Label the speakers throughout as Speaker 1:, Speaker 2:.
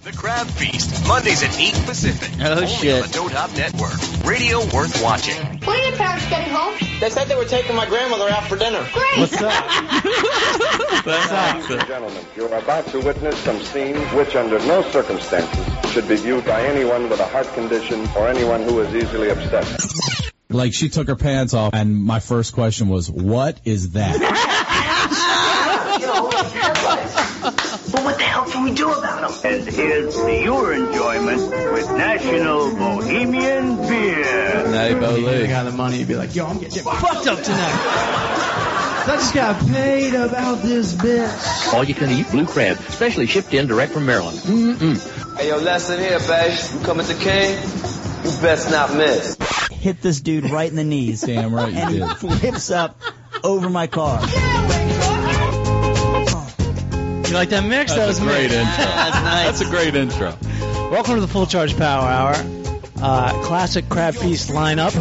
Speaker 1: The Crab Feast, Mondays at 8 Pacific.
Speaker 2: Oh,
Speaker 1: only
Speaker 2: shit.
Speaker 1: on the Toad Hop Network. Radio worth watching.
Speaker 3: When are your parents getting home?
Speaker 4: They said they were taking my grandmother out for dinner.
Speaker 3: Great.
Speaker 2: What's
Speaker 5: Ladies and gentlemen, you are about to witness some scenes which, under no circumstances, should be viewed by anyone with a heart condition or anyone who is easily upset.
Speaker 6: Like she took her pants off, and my first question was, "What is that?"
Speaker 7: Well, what the hell can we do about them? And here's for your enjoyment with National Bohemian Beer.
Speaker 2: Natty Bo
Speaker 8: They
Speaker 2: Lee.
Speaker 8: got the money. You'd be like, yo, I'm getting fucked.
Speaker 2: Fucked up tonight.
Speaker 8: I just got paid about this bitch.
Speaker 9: All you can eat blue crab, specially shipped in direct from Maryland.
Speaker 4: Hey, yo, lesson here, babe. You coming to King? You best not miss.
Speaker 10: hit this dude right in the knees.
Speaker 6: Damn right
Speaker 10: and
Speaker 6: you
Speaker 10: he
Speaker 6: did.
Speaker 10: flips up over my car.
Speaker 8: You like that mix? that
Speaker 6: That's
Speaker 8: was
Speaker 6: a
Speaker 8: me.
Speaker 6: great intro.
Speaker 2: That's nice.
Speaker 6: That's a great intro.
Speaker 8: Welcome to the Full Charge Power Hour. Uh, classic Crab Feast lineup.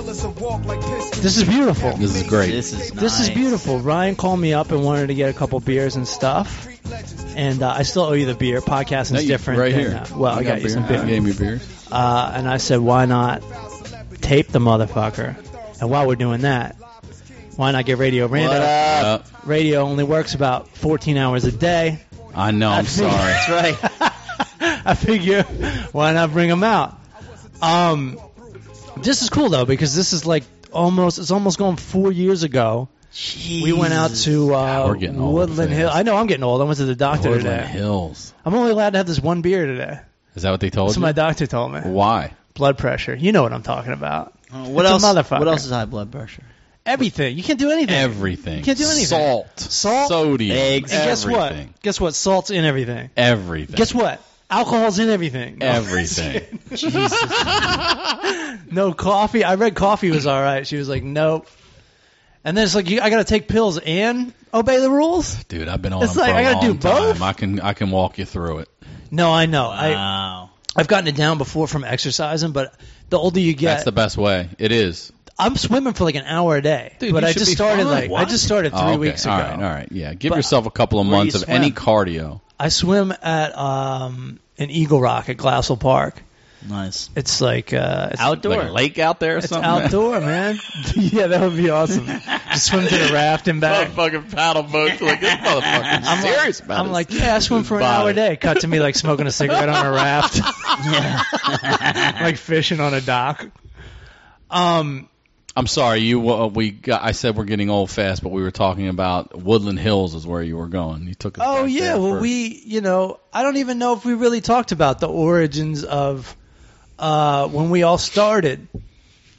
Speaker 8: This is beautiful.
Speaker 6: This is great.
Speaker 2: This is
Speaker 8: This is
Speaker 2: nice.
Speaker 8: beautiful. Ryan called me up and wanted to get a couple beers and stuff. And uh, I still owe you the beer. Podcasting's
Speaker 6: No, you-
Speaker 8: different.
Speaker 6: Right
Speaker 8: than,
Speaker 6: here.
Speaker 8: uh, well, I got, you
Speaker 6: beer.
Speaker 8: some beer.
Speaker 6: I gave me beer.
Speaker 8: Uh, and I said, why not tape the motherfucker? And while we're doing that, why not get Radio Rando?
Speaker 2: What up?
Speaker 6: Uh,
Speaker 8: Radio only works about 14 hours a day.
Speaker 6: I know. I'm sorry.
Speaker 2: That's right.
Speaker 8: I figure, why not bring them out? Um, this is cool though because this is like almost it's almost going four years ago. We went out to uh,
Speaker 6: we're getting old
Speaker 8: Woodland Hill.
Speaker 6: fast.
Speaker 8: I know I'm getting old. I went to the doctor
Speaker 6: Woodland
Speaker 8: today.
Speaker 6: Hills.
Speaker 8: I'm only allowed to have this one beer today.
Speaker 6: Is that what they told
Speaker 8: That's what
Speaker 6: you?
Speaker 8: my doctor told me.
Speaker 6: Why?
Speaker 8: Blood pressure. You know what I'm talking about.
Speaker 2: What
Speaker 8: It's
Speaker 2: else?
Speaker 8: a motherfucker.
Speaker 2: What else is high blood pressure?
Speaker 8: Everything. You can't do anything.
Speaker 6: Everything.
Speaker 8: You can't do anything.
Speaker 6: Salt.
Speaker 8: Salt,
Speaker 6: Sodium.
Speaker 2: eggs.
Speaker 8: and guess
Speaker 6: everything.
Speaker 8: what? Guess what? Salt's in everything.
Speaker 6: Everything.
Speaker 8: Guess what? Alcohol's in everything. No,
Speaker 6: Everything.
Speaker 8: no coffee. I read coffee was all right. She was like, nope. And then it's like, you, I got to take pills and obey the rules?
Speaker 6: Dude, I've been on
Speaker 8: It's
Speaker 6: them
Speaker 8: like,
Speaker 6: for a
Speaker 8: I gotta
Speaker 6: long
Speaker 8: do both?
Speaker 6: time. I can I can walk you through it.
Speaker 8: No, I know. I,
Speaker 2: Wow.
Speaker 8: I've gotten it down before from exercising, but the older you
Speaker 6: That's
Speaker 8: get,
Speaker 6: the best way. It is.
Speaker 8: I'm swimming for like an hour a day.
Speaker 6: Dude,
Speaker 8: but
Speaker 6: you
Speaker 8: I
Speaker 6: should
Speaker 8: just
Speaker 6: be
Speaker 8: started
Speaker 6: fine.
Speaker 8: like I
Speaker 6: What?
Speaker 8: just started three
Speaker 6: Oh, okay.
Speaker 8: weeks ago.
Speaker 6: All right, all right. Yeah. Give
Speaker 8: But
Speaker 6: yourself a couple of
Speaker 8: where do you
Speaker 6: months of any
Speaker 8: swim?
Speaker 6: cardio.
Speaker 8: I swim at um, an Eagle Rock at Glassell Park.
Speaker 2: Nice.
Speaker 8: It's like uh, it's
Speaker 2: Outdoor.
Speaker 6: Like a lake out there or
Speaker 8: It's
Speaker 6: something.
Speaker 8: outdoor, man. yeah, that would be awesome. Just swim to the raft and back.
Speaker 6: Motherfucking paddle boat. Like this motherfucker.
Speaker 8: I'm like-
Speaker 6: serious about
Speaker 8: I'm
Speaker 6: this.
Speaker 8: like, yeah, I swim for an hour a day. Cut to me like smoking a cigarette on a raft, like fishing on a dock. Um,
Speaker 6: I'm sorry. You uh, we got, I said we're getting old fast, but we were talking about Woodland Hills is where you were going. You took. Us
Speaker 8: oh
Speaker 6: back
Speaker 8: yeah,
Speaker 6: there
Speaker 8: well
Speaker 6: first.
Speaker 8: we, you know, I don't even know if we really talked about the origins of uh, when we all started.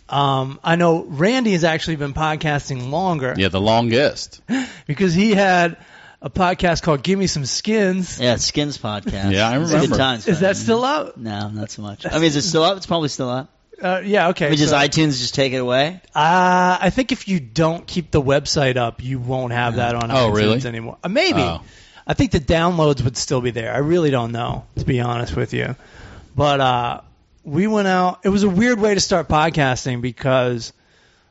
Speaker 8: Um, I know Randy has actually been podcasting longer
Speaker 6: Yeah, the longest.
Speaker 8: because he had a podcast called "Give Me Some Skins."
Speaker 2: Yeah, it's Skins podcast.
Speaker 6: Yeah, I
Speaker 2: It's
Speaker 6: remember.
Speaker 2: Good times.
Speaker 8: Is that
Speaker 2: man.
Speaker 8: still up?
Speaker 2: No, not so much. I mean, is it still up? It's probably still up.
Speaker 8: Uh, yeah, okay.
Speaker 2: I mean, does
Speaker 8: so-
Speaker 2: iTunes just take it away?
Speaker 8: Uh, I think if you don't keep the website up, you won't have that on
Speaker 6: Oh,
Speaker 8: iTunes
Speaker 6: really?
Speaker 8: anymore. Uh, maybe.
Speaker 6: Oh.
Speaker 8: I think the downloads would still be there. I really don't know, to be honest with you. But uh, we went out. It was a weird way to start podcasting because,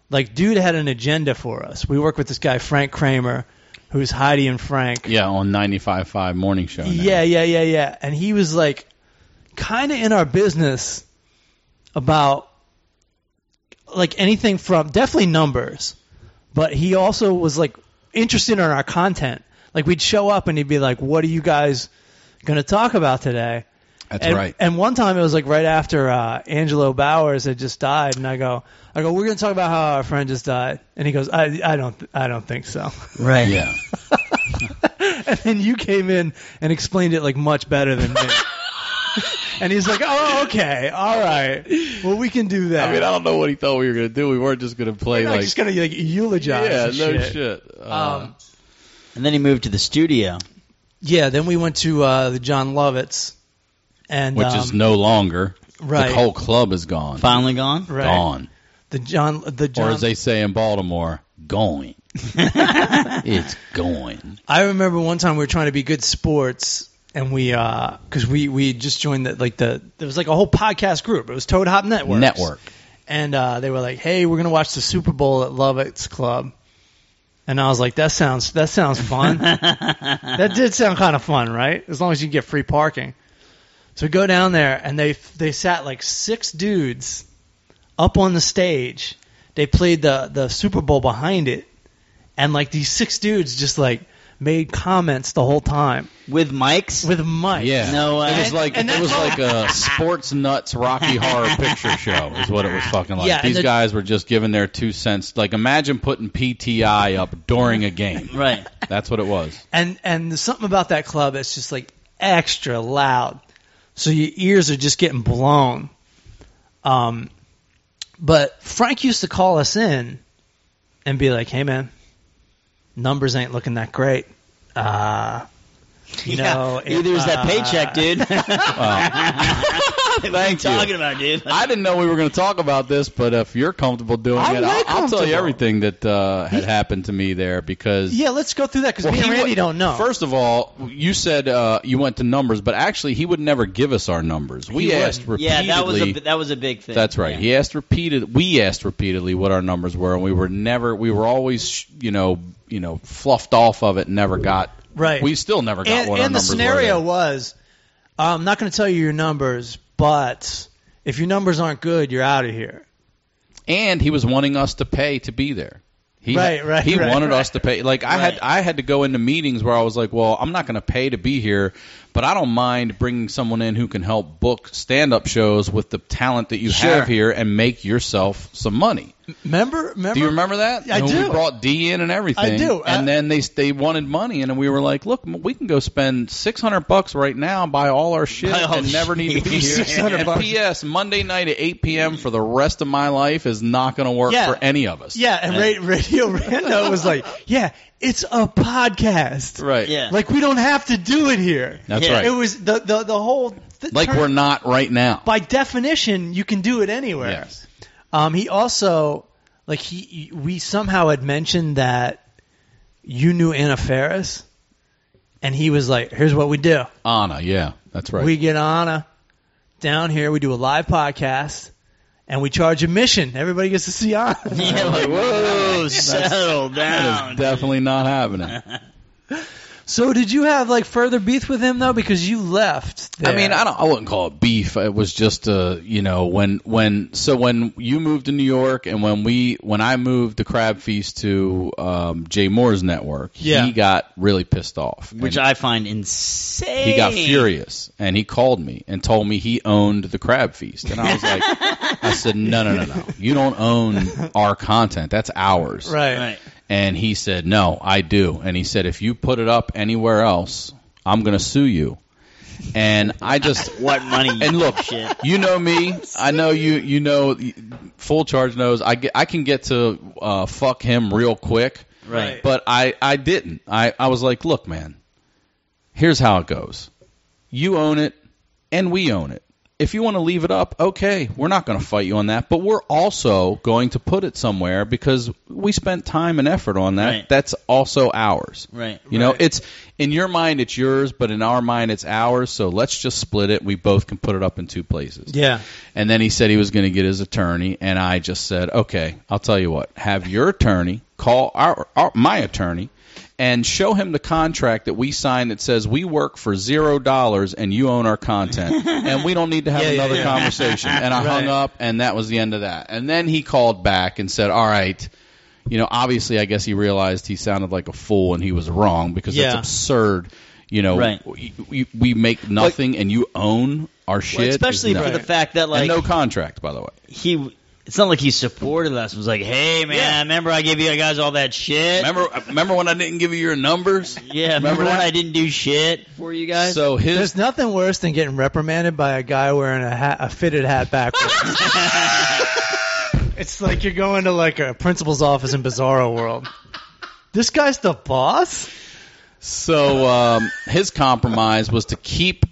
Speaker 8: like, dude had an agenda for us. We work with this guy, Frank Kramer, who's Heidi and Frank.
Speaker 6: Yeah, on 95.5 morning show. now.
Speaker 8: Yeah, yeah, yeah, yeah. And he was like kind of in our business about like anything from definitely numbers, but he also was like interested in our content. Like we'd show up and he'd be like, "What are you guys going to talk about today?"
Speaker 6: that's
Speaker 8: and,
Speaker 6: right.
Speaker 8: And one time it was like right after uh, Angelo Bowers had just died, and I go, "I go, we're going to talk about how our friend just died," and he goes, "I, I don't, I don't think so."
Speaker 2: Right.
Speaker 6: yeah,
Speaker 8: And then you came in and explained it like much better than me. and he's like, "Oh, okay, all right. Well, we can do that.
Speaker 6: I mean, I don't know what he thought we were gonna do. We weren't just gonna play
Speaker 8: You're not
Speaker 6: like.
Speaker 8: just gonna like eulogize.
Speaker 6: yeah,
Speaker 8: and
Speaker 6: no
Speaker 8: shit.
Speaker 6: shit. Uh,
Speaker 8: Um,
Speaker 2: And then he moved to the studio.
Speaker 8: yeah. Then we went to uh, the John Lovitz, and
Speaker 6: which
Speaker 8: um,
Speaker 6: is no longer.
Speaker 8: right,
Speaker 6: The whole club is gone.
Speaker 2: Finally gone.
Speaker 8: right.
Speaker 6: Gone.
Speaker 8: The John, the John.
Speaker 6: Or as they say in Baltimore, going. it's going.
Speaker 8: I remember one time we were trying to be good sports, and we because we we just joined the like the there was like a whole podcast group. It was Toad Hop Network.
Speaker 6: Network.
Speaker 8: and uh, they were like, "Hey, we're gonna watch the Super Bowl at Lovett's Club," and I was like, "That sounds that sounds fun. that did sound kind of fun, right? As long as you get free parking." So we go down there, and they they sat like six dudes up on the stage. They played the the Super Bowl behind it, and like these six dudes just like made comments the whole time
Speaker 2: with mics.
Speaker 8: with Mike.
Speaker 6: Yeah,
Speaker 2: No way.
Speaker 6: it was like
Speaker 8: And
Speaker 6: it was
Speaker 8: that's-
Speaker 6: like a sports nuts Rocky Horror Picture Show is what it was fucking like.
Speaker 8: Yeah, and
Speaker 6: These
Speaker 8: the-
Speaker 6: guys were just giving their two cents. Like imagine putting PTI up during a game.
Speaker 2: Right.
Speaker 6: That's what it was.
Speaker 8: And and there's something about that club that's just like extra loud. So your ears are just getting blown. Um but Frank used to call us in and be like, "Hey man, numbers ain't looking that great." Uh you know, if,
Speaker 2: either is
Speaker 8: uh,
Speaker 2: that paycheck, dude. if I ain't
Speaker 6: you.
Speaker 2: talking about, dude.
Speaker 6: I didn't know we were going to talk about this, but if you're comfortable doing
Speaker 8: I'm
Speaker 6: it, I'll,
Speaker 8: way
Speaker 6: I'll tell you
Speaker 8: comfortable.
Speaker 6: everything that uh, had happened to me there because
Speaker 8: Yeah, let's go through that because me and
Speaker 6: he
Speaker 8: Randy
Speaker 6: would-
Speaker 8: don't know.
Speaker 6: First of all, you said uh, you went to numbers, but actually, he would never give us our numbers. We
Speaker 8: He
Speaker 6: asked
Speaker 8: wouldn't.
Speaker 6: repeatedly.
Speaker 2: Yeah, that was a that was a big thing.
Speaker 6: That's right.
Speaker 2: Yeah.
Speaker 6: He asked repeated. We asked repeatedly what our numbers were, and we were never. We were always, you know, you know, fluffed off of it. and Never got.
Speaker 8: Right.
Speaker 6: We still never got
Speaker 8: and,
Speaker 6: what our
Speaker 8: and the
Speaker 6: numbers
Speaker 8: scenario
Speaker 6: were.
Speaker 8: was i'm not going to tell you your numbers but if your numbers aren't good you're out of here
Speaker 6: and he was wanting us to pay to be there. He,
Speaker 8: Right, right,
Speaker 6: He
Speaker 8: right,
Speaker 6: wanted
Speaker 8: right.
Speaker 6: us to pay. Like I had,
Speaker 2: Right.
Speaker 6: I had to go into meetings where I was like, "Well, I'm not going to pay to be here, but I don't mind bringing someone in who can help book stand-up shows with the talent that you have here and make yourself some money."
Speaker 8: remember remember
Speaker 6: Do you remember that?
Speaker 8: I
Speaker 6: When
Speaker 8: do.
Speaker 6: We brought D in and everything.
Speaker 8: I do.
Speaker 6: And
Speaker 8: I-
Speaker 6: then they they wanted money, and we were like, "Look, we can go spend six hundred bucks right now, buy all our shit,
Speaker 2: Buy all
Speaker 6: and
Speaker 2: the
Speaker 6: never need to be
Speaker 2: shit.
Speaker 6: here."
Speaker 2: 600
Speaker 6: and
Speaker 2: bucks.
Speaker 6: P.S. Monday night at eight p.m. for the rest of my life is not going to work
Speaker 8: Yeah.
Speaker 6: for any of us.
Speaker 8: yeah and Ra- radio rando was like yeah it's a podcast
Speaker 6: Right.
Speaker 2: Yeah.
Speaker 8: like we don't have to do it here
Speaker 6: That's
Speaker 2: Yeah.
Speaker 6: right.
Speaker 8: it was the the, the whole th-
Speaker 6: like
Speaker 8: turn-
Speaker 6: we're not right now.
Speaker 8: by definition you can do it anywhere
Speaker 6: Yes.
Speaker 8: Um, he also like he we somehow had mentioned that you knew Anna Ferris, and he was like, "Here's what we do:
Speaker 6: Anna. Yeah. That's right.
Speaker 8: we get Anna down here, we do a live podcast, and we charge admission. Everybody gets to see Anna."
Speaker 2: Yeah, like, whoa, settle
Speaker 6: that
Speaker 2: down.
Speaker 6: is definitely not happening.
Speaker 8: so did you have like further beef with him though because you left?
Speaker 6: I mean,
Speaker 8: there.
Speaker 6: I don't. I wouldn't call it beef. It was just uh, you know, when when so when you moved to New York and when we when I moved the Crab Feast to um, Jay Moore's network,
Speaker 8: Yeah.
Speaker 6: he got really pissed off,
Speaker 2: Which
Speaker 6: And
Speaker 2: I find insane.
Speaker 6: he got furious and he called me and told me he owned the Crab Feast, and I was like, I said, no, no, no, no, you don't own our content. That's ours,
Speaker 8: right.
Speaker 2: Right.
Speaker 6: and he said, "No, I do." And he said, "If you put it up anywhere else, I'm going to sue you." And I just
Speaker 2: What money? you
Speaker 6: and look,
Speaker 2: shit.
Speaker 6: you know me. I know you. You know, full charge knows. I get. I can get to uh, fuck him real quick.
Speaker 2: Right.
Speaker 6: But I. I didn't. I. I was like, look, man. Here's how it goes. You own it, and we own it. If you want to leave it up, okay, we're not going to fight you on that, but we're also going to put it somewhere because we spent time and effort on that.
Speaker 2: Right.
Speaker 6: That's also ours.
Speaker 2: Right.
Speaker 6: You know, it's in your mind it's yours, but in our mind it's ours. So let's just split it. We both can put it up in two places.
Speaker 8: Yeah.
Speaker 6: And then he said he was going to get his attorney, and I just said, okay, I'll tell you what. Have your attorney call our, our my attorney and show him the contract that we signed that says we work for zero dollars and you own our content, and we don't need to have
Speaker 8: yeah,
Speaker 6: another
Speaker 8: yeah.
Speaker 6: conversation. And I hung up, and that was the end of that. And then he called back and said, all right you know, obviously, I guess he realized he sounded like a fool and he was wrong because that's
Speaker 8: Yeah.
Speaker 6: absurd. You know,
Speaker 2: Right.
Speaker 6: we, we- we make nothing and you own our shit.
Speaker 2: Well, especially
Speaker 6: It's
Speaker 2: for
Speaker 6: nuts.
Speaker 2: the fact that like
Speaker 6: and no contract, by the way.
Speaker 2: he, it's not like he supported us. It was like, hey man, remember I gave you guys all that shit.
Speaker 6: Remember, remember when I didn't give you your numbers?
Speaker 2: Yeah, remember,
Speaker 6: Remember
Speaker 2: when
Speaker 6: that?
Speaker 2: I didn't do shit for you guys?
Speaker 6: So his
Speaker 8: There's nothing worse than getting reprimanded by a guy wearing a hat, a fitted hat backwards. it's like you're going to like a principal's office in Bizarro World. This guy's the boss.
Speaker 6: so um, his compromise was to keep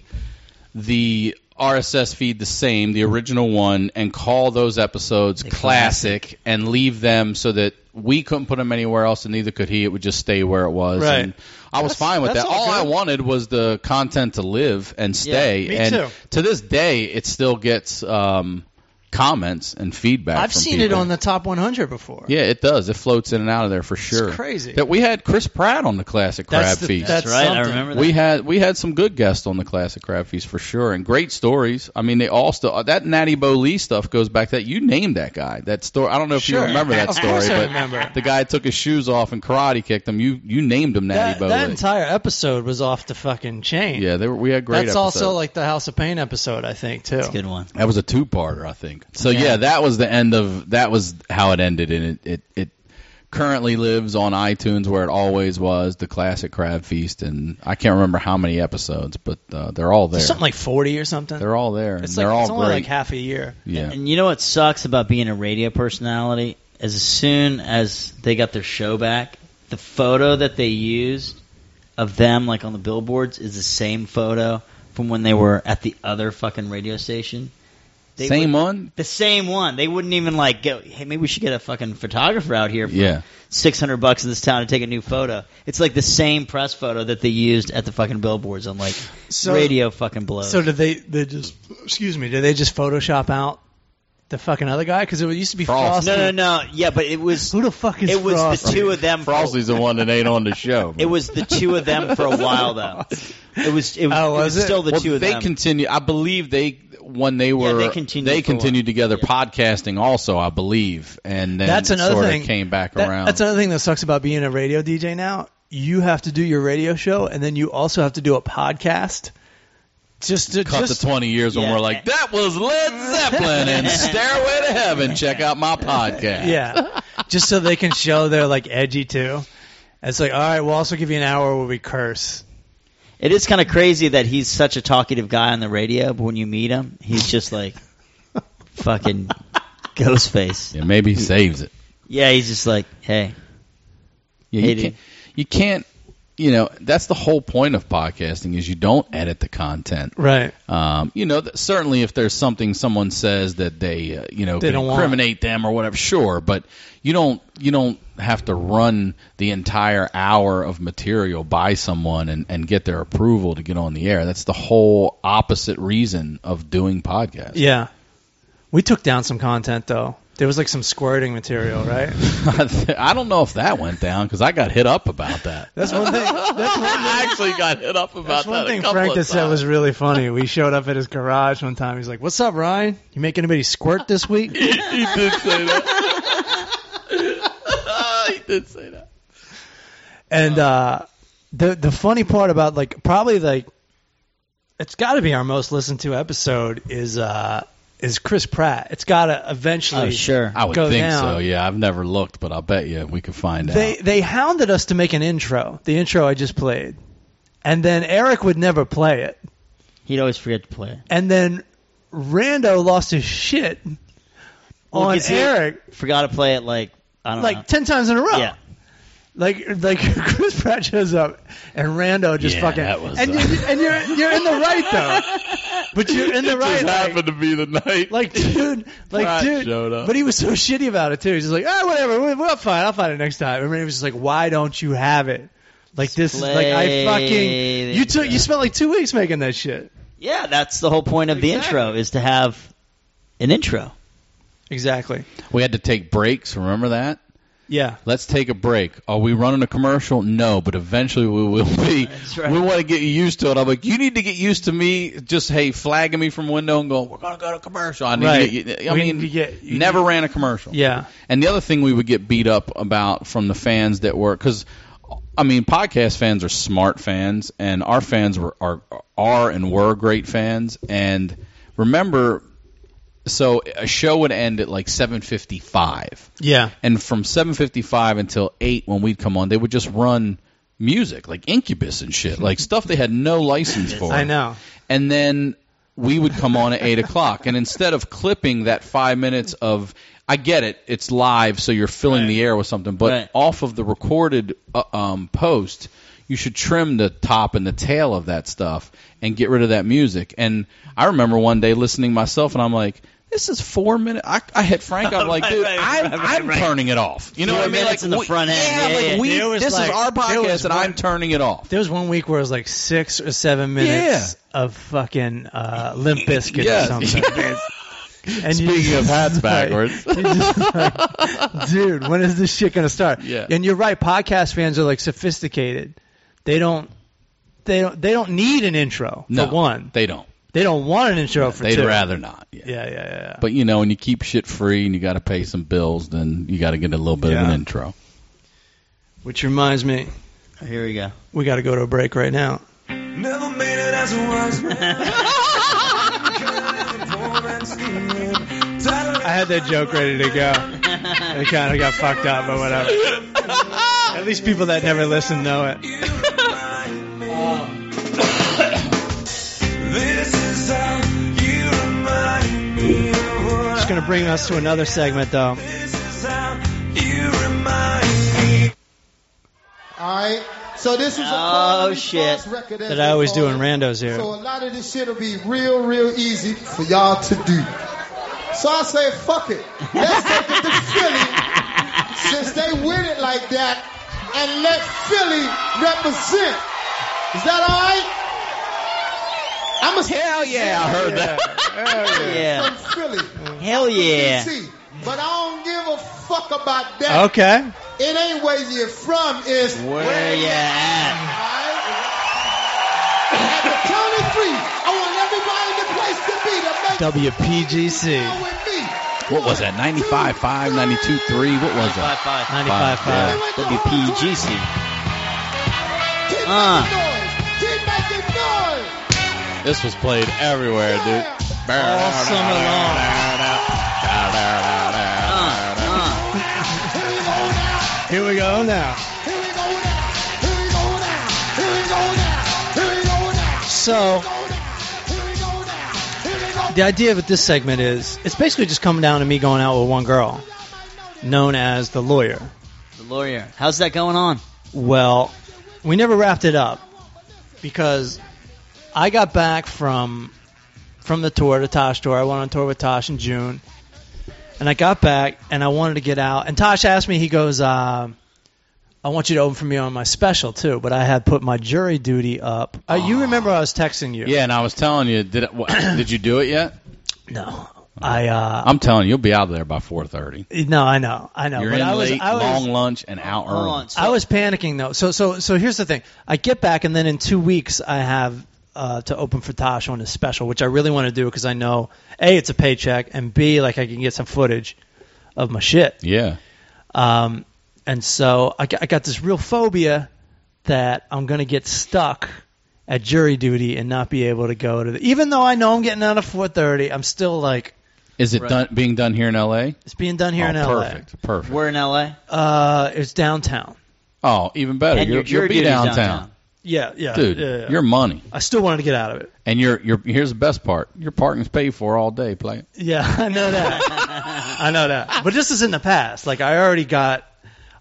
Speaker 6: the RSS feed the same, the original one, and call those episodes classic, and leave them so that we couldn't put them anywhere else, and neither could he. It would just stay where it was.
Speaker 8: Right.
Speaker 6: And I was fine with
Speaker 8: that's
Speaker 6: that.
Speaker 8: all
Speaker 6: All, I
Speaker 8: good.
Speaker 6: wanted was the content to live and stay.
Speaker 8: me
Speaker 6: and
Speaker 8: too.
Speaker 6: to this day, it still gets. Um, comments and feedback.
Speaker 8: I've
Speaker 6: from
Speaker 8: seen it
Speaker 6: people.
Speaker 8: on the top 100 before.
Speaker 6: Yeah, it does. It floats in and out of there for sure.
Speaker 8: crazy.
Speaker 6: that we had Chris Pratt on the Classic
Speaker 8: That's
Speaker 6: Crab
Speaker 8: the-
Speaker 6: Feast.
Speaker 8: that's
Speaker 2: right. I
Speaker 8: something.
Speaker 2: remember that.
Speaker 6: we had we had some good guests on the Classic Crab Feast for sure, and great stories. I mean, they all still that Natty Bo Lee stuff goes back. to That you named that guy. That story. I don't know if
Speaker 8: Sure.
Speaker 6: you remember that
Speaker 8: Of
Speaker 6: story,
Speaker 8: course I
Speaker 6: but
Speaker 8: remember.
Speaker 6: the guy took his shoes off and karate kicked him. You you named him Natty
Speaker 8: That,
Speaker 6: Bo
Speaker 8: that
Speaker 6: Lee.
Speaker 8: entire episode was off the fucking chain.
Speaker 6: yeah, they were, we had great.
Speaker 8: That's also
Speaker 6: episodes.
Speaker 8: like the House of Pain episode, I think, too.
Speaker 2: Good one.
Speaker 6: That was a two-parter, I think. So yeah. that was the end of that was how it ended, and it it, it currently lives on iTunes where it always was, the classic Crab Feast, and I can't remember how many episodes, but uh, they're all there.
Speaker 8: Something like 40 or something.
Speaker 6: they're all there.
Speaker 8: it's
Speaker 6: and
Speaker 8: like
Speaker 6: they're all
Speaker 8: it's only
Speaker 6: great.
Speaker 8: like half a year.
Speaker 6: yeah.
Speaker 2: And you know what sucks about being a radio personality? As soon as they got their show back, the photo that they used of them, like on the billboards, is the same photo from when they were at the other fucking radio station. They
Speaker 6: Same
Speaker 2: would-
Speaker 6: one.
Speaker 2: The same one. They wouldn't even like go. Hey, maybe we should get a fucking photographer out here for
Speaker 6: Yeah.
Speaker 2: six hundred bucks in this town to take a new photo. It's like the same press photo that they used at the fucking billboards. I'm like,
Speaker 8: So-
Speaker 2: radio fucking blows.
Speaker 8: So did they? They just excuse me. Did they just Photoshop out the fucking other guy? Because it used to be
Speaker 6: Frost.
Speaker 8: Frosty.
Speaker 2: no, no, no. Yeah, but it was
Speaker 8: Who the fuck is
Speaker 2: it was the
Speaker 8: Frosty?
Speaker 2: two of them. for-
Speaker 6: Frosty's the one that ain't on the show.
Speaker 2: It was the two of them for a while though. It was it was,
Speaker 8: Oh, was
Speaker 2: it was
Speaker 8: it?
Speaker 2: still the
Speaker 6: well,
Speaker 2: two of
Speaker 6: they
Speaker 2: them.
Speaker 6: continue. I believe they when they were
Speaker 2: they continued
Speaker 6: they
Speaker 2: for a while.
Speaker 6: continued together
Speaker 2: Yeah.
Speaker 6: podcasting also, I believe, and then
Speaker 8: That's another
Speaker 6: sort
Speaker 8: thing.
Speaker 6: of came back
Speaker 8: That-
Speaker 6: around.
Speaker 8: That's another thing that sucks about being a radio DJ now. You have to do your radio show, and then you also have to do a podcast. Just to
Speaker 6: cut
Speaker 8: just
Speaker 6: to 20 years when
Speaker 2: Yeah.
Speaker 6: we're like, that was Led Zeppelin and Stairway to Heaven. Check out my podcast.
Speaker 8: yeah, just so they can show they're like edgy too. It's like all right, we'll also give you an hour where we curse.
Speaker 2: It is kind of crazy that he's such a talkative guy on the radio, but when you meet him, he's just like fucking ghost face.
Speaker 6: Yeah, maybe he saves it.
Speaker 2: Yeah, he's just like, hey,
Speaker 6: Yeah, you,
Speaker 2: Hated.
Speaker 6: can't, you can't, you know, that's the whole point of podcasting is you don't edit the content.
Speaker 8: Right.
Speaker 6: Um, you know, th- certainly if there's something someone says that they, uh, you know,
Speaker 8: They
Speaker 6: can
Speaker 8: don't want.
Speaker 6: incriminate them or whatever, sure, but you don't you don't have to run the entire hour of material by someone and, and get their approval to get on the air. That's the whole opposite reason of doing podcasts.
Speaker 8: Yeah. We took down some content though. There was like some squirting material, right?
Speaker 6: I don't know if that went down because I got hit up about that.
Speaker 8: That's one thing. That's one
Speaker 6: I actually got hit up about
Speaker 8: That's one thing Frank just said was really funny. We showed up at his garage one time. He's like, "What's up, Ryan? You make anybody squirt this week?"
Speaker 6: he did say that. he did say that.
Speaker 8: And uh, the the funny part about like probably like it's got to be our most listened to episode is uh is Chris Pratt. It's got to eventually.
Speaker 2: oh sure.
Speaker 6: I would
Speaker 8: Go
Speaker 6: think
Speaker 8: down.
Speaker 6: so. Yeah, I've never looked, but I'll bet you we could find
Speaker 8: They
Speaker 6: out.
Speaker 8: they hounded us to make an intro. The intro I just played, and then Eric would never play it.
Speaker 2: He'd always forget to play. it.
Speaker 8: And then Rando lost his shit
Speaker 2: Well,
Speaker 8: on
Speaker 2: 'cause he
Speaker 8: Eric
Speaker 2: Forgot to play it like I
Speaker 6: Uh-huh.
Speaker 2: don't
Speaker 8: like
Speaker 2: know.
Speaker 8: ten times in a row.
Speaker 2: yeah.
Speaker 8: Like like Chris Pratt shows up and Rando just
Speaker 6: Yeah,
Speaker 8: fucking
Speaker 6: that was,
Speaker 8: and,
Speaker 6: uh,
Speaker 8: you're, and you're you're in the right though, but you're in the right. Like,
Speaker 6: to be the night.
Speaker 8: like, dude, like
Speaker 6: Pratt
Speaker 8: dude,
Speaker 6: showed up.
Speaker 8: but he was so shitty about it too. He's just like, ah, whatever, we- we'll find, I'll find it next time. And he was just like, why don't you have it? Like this is like I
Speaker 2: Play
Speaker 8: fucking you
Speaker 2: the
Speaker 8: took you spent like two weeks making that shit.
Speaker 2: Yeah, that's the whole point of the
Speaker 8: Exactly.
Speaker 2: intro is to have an intro.
Speaker 8: Exactly.
Speaker 6: we had to take breaks. Remember that?
Speaker 8: Yeah.
Speaker 6: Let's take a break. Are we running a commercial? No, but eventually we will be.
Speaker 2: right.
Speaker 6: We want to get you used to it. I'm like, you need to get used to me. Just hey, flagging me from window and going, we're gonna go to commercial. I need
Speaker 8: Right.
Speaker 6: to get, you- I
Speaker 8: We
Speaker 6: mean,
Speaker 8: need to get- you
Speaker 6: never ran a commercial.
Speaker 8: Yeah.
Speaker 6: And the other thing we would get beat up about from the fans that were because, I mean, podcast fans are smart fans, and our fans were are are and were great fans. And remember, so a show would end at like seven fifty five
Speaker 8: Yeah.
Speaker 6: and from 7:55 until 8 when we'd come on they would just run music like incubus and shit like stuff they had no license for
Speaker 8: I know.
Speaker 6: and then we would come on at 8 o'clock and instead of clipping that five minutes of i get it it's live so you're filling the air with something but
Speaker 2: Right.
Speaker 6: off of the recorded uh, um, post you should trim the top and the tail of that stuff and get rid of that music and i remember one day listening myself and i'm like this is four minutes. I, I hit Frank up like,
Speaker 2: Right,
Speaker 6: dude,
Speaker 2: right,
Speaker 6: I,
Speaker 2: right, right,
Speaker 6: I'm
Speaker 2: right.
Speaker 6: turning it off. You know
Speaker 2: Four
Speaker 6: what I mean?
Speaker 2: minutes in the
Speaker 6: we-
Speaker 2: front end.
Speaker 6: Yeah,
Speaker 2: Yeah,
Speaker 6: like
Speaker 2: yeah.
Speaker 6: we.
Speaker 8: There was
Speaker 6: This
Speaker 8: like-
Speaker 6: is our
Speaker 8: there was
Speaker 6: podcast, and I'm
Speaker 8: one-
Speaker 6: turning it off.
Speaker 8: There was one week where it was like six or seven minutes of fucking uh, Limp Bizkit or
Speaker 6: Yes.
Speaker 8: something. And you
Speaker 6: Speaking of
Speaker 8: just
Speaker 6: hats
Speaker 8: like-
Speaker 6: backwards.
Speaker 8: you're just like, dude, when is this shit gonna start?
Speaker 6: Yeah.
Speaker 8: And you're right. Podcast fans are like sophisticated. They don't. They don't. They don't need an intro
Speaker 6: No,
Speaker 8: for one.
Speaker 6: they don't.
Speaker 8: They don't want an intro for
Speaker 6: They'd
Speaker 8: two.
Speaker 6: rather not. Yeah.
Speaker 8: Yeah, yeah, yeah. yeah.
Speaker 6: But you know, when you keep shit free and you got to pay some bills, then you got to get a little bit of an
Speaker 8: Yeah.
Speaker 6: intro.
Speaker 8: Which reminds me,
Speaker 2: Here we go.
Speaker 8: we got to go to a break right now.
Speaker 4: Never made it as a wise man.
Speaker 8: I had that joke ready to go. It kind of got fucked up, but whatever. At least people that never listen know it.
Speaker 4: This is how you remind me of what
Speaker 8: It's going to bring us to another segment, though.
Speaker 4: This is how you remind me.
Speaker 3: All right. So this was a
Speaker 2: Oh,
Speaker 3: Coleman
Speaker 2: shit.
Speaker 3: Cross record as
Speaker 8: That
Speaker 3: they
Speaker 8: I always do
Speaker 3: call
Speaker 8: in
Speaker 3: it.
Speaker 8: randos here.
Speaker 3: So a lot of this shit'll be real, real easy for y'all to do. So I say, fuck it. Let's take it to Philly since they win it like that, and let Philly represent. Is that all right? I'm gonna hell yeah, I heard
Speaker 2: Yeah.
Speaker 3: from Philly,
Speaker 2: Hell yeah.
Speaker 3: DC, but I don't give a fuck about that.
Speaker 8: Okay.
Speaker 3: It ain't where you're from. It's
Speaker 2: Where ya at?
Speaker 3: Alright? At the count of three, I want everybody in the place to be to make
Speaker 8: WPGC.
Speaker 3: it with me.
Speaker 6: What was that? 95 5, 92 3? What was
Speaker 2: Five,
Speaker 6: that?
Speaker 2: five.
Speaker 8: 95.5.
Speaker 6: E
Speaker 2: WPGC.
Speaker 3: Keep
Speaker 2: Uh.
Speaker 3: making noise. Keep making noise.
Speaker 6: This was played everywhere, dude.
Speaker 8: All summer
Speaker 2: uh.
Speaker 6: long.
Speaker 3: Here we go now.
Speaker 8: Here we go now.
Speaker 3: Here we go now. Here we go now. Here we go now. Here we go now.
Speaker 8: So,
Speaker 3: Here we go now. Here we go
Speaker 8: the idea with this segment is it's basically just coming down to me going out with one girl, known as the lawyer.
Speaker 2: The lawyer. How's that going on?
Speaker 8: Well, we never wrapped it up because I got back from from the tour, the Tosh tour. I went on tour with Tosh in June, and I got back and I wanted to get out. And Tosh asked me, he goes, um, "I want you to open for me on my special too," but I had put my jury duty up. Uh, you remember I was texting you?
Speaker 6: Yeah, and I was telling you, did it, what, did you do it yet?
Speaker 8: No, I uh,
Speaker 6: I'm telling you, you'll be out of there by 4:30.
Speaker 8: no, I know, I know.
Speaker 6: You're
Speaker 8: but
Speaker 6: in
Speaker 8: I was,
Speaker 6: late,
Speaker 8: I was,
Speaker 6: long lunch, and out
Speaker 2: Hold
Speaker 6: early.
Speaker 2: on. So,
Speaker 8: I was panicking though. So so so here's the thing. I get back and then in two weeks I have uh, to open for Tosh on his special, which I really want to do because I know a it's a paycheck and b like I can get some footage of my shit.
Speaker 6: Yeah.
Speaker 8: Um, and so I got, I got this real phobia that I'm gonna get stuck at jury duty and not be able to go to. The, even though I know I'm getting out of 4:30, I'm still like
Speaker 6: Is it done being done here in L.A.?
Speaker 8: it's being done here
Speaker 6: oh,
Speaker 8: in LA.
Speaker 6: Perfect. Perfect.
Speaker 2: we're in LA.
Speaker 8: Uh, it's downtown.
Speaker 6: Oh, even better.
Speaker 2: And
Speaker 6: You'll,
Speaker 2: your
Speaker 6: you'll
Speaker 2: jury
Speaker 6: be
Speaker 2: duty's
Speaker 6: downtown,
Speaker 2: downtown.
Speaker 8: Yeah, yeah,
Speaker 6: dude.
Speaker 8: yeah, yeah.
Speaker 6: Your money
Speaker 8: I still wanted to get out of it.
Speaker 6: and your your here's the best part. Your parking's paid for all day. Play.
Speaker 8: Yeah, I know that. I know that. But this is in the past. Like I already got,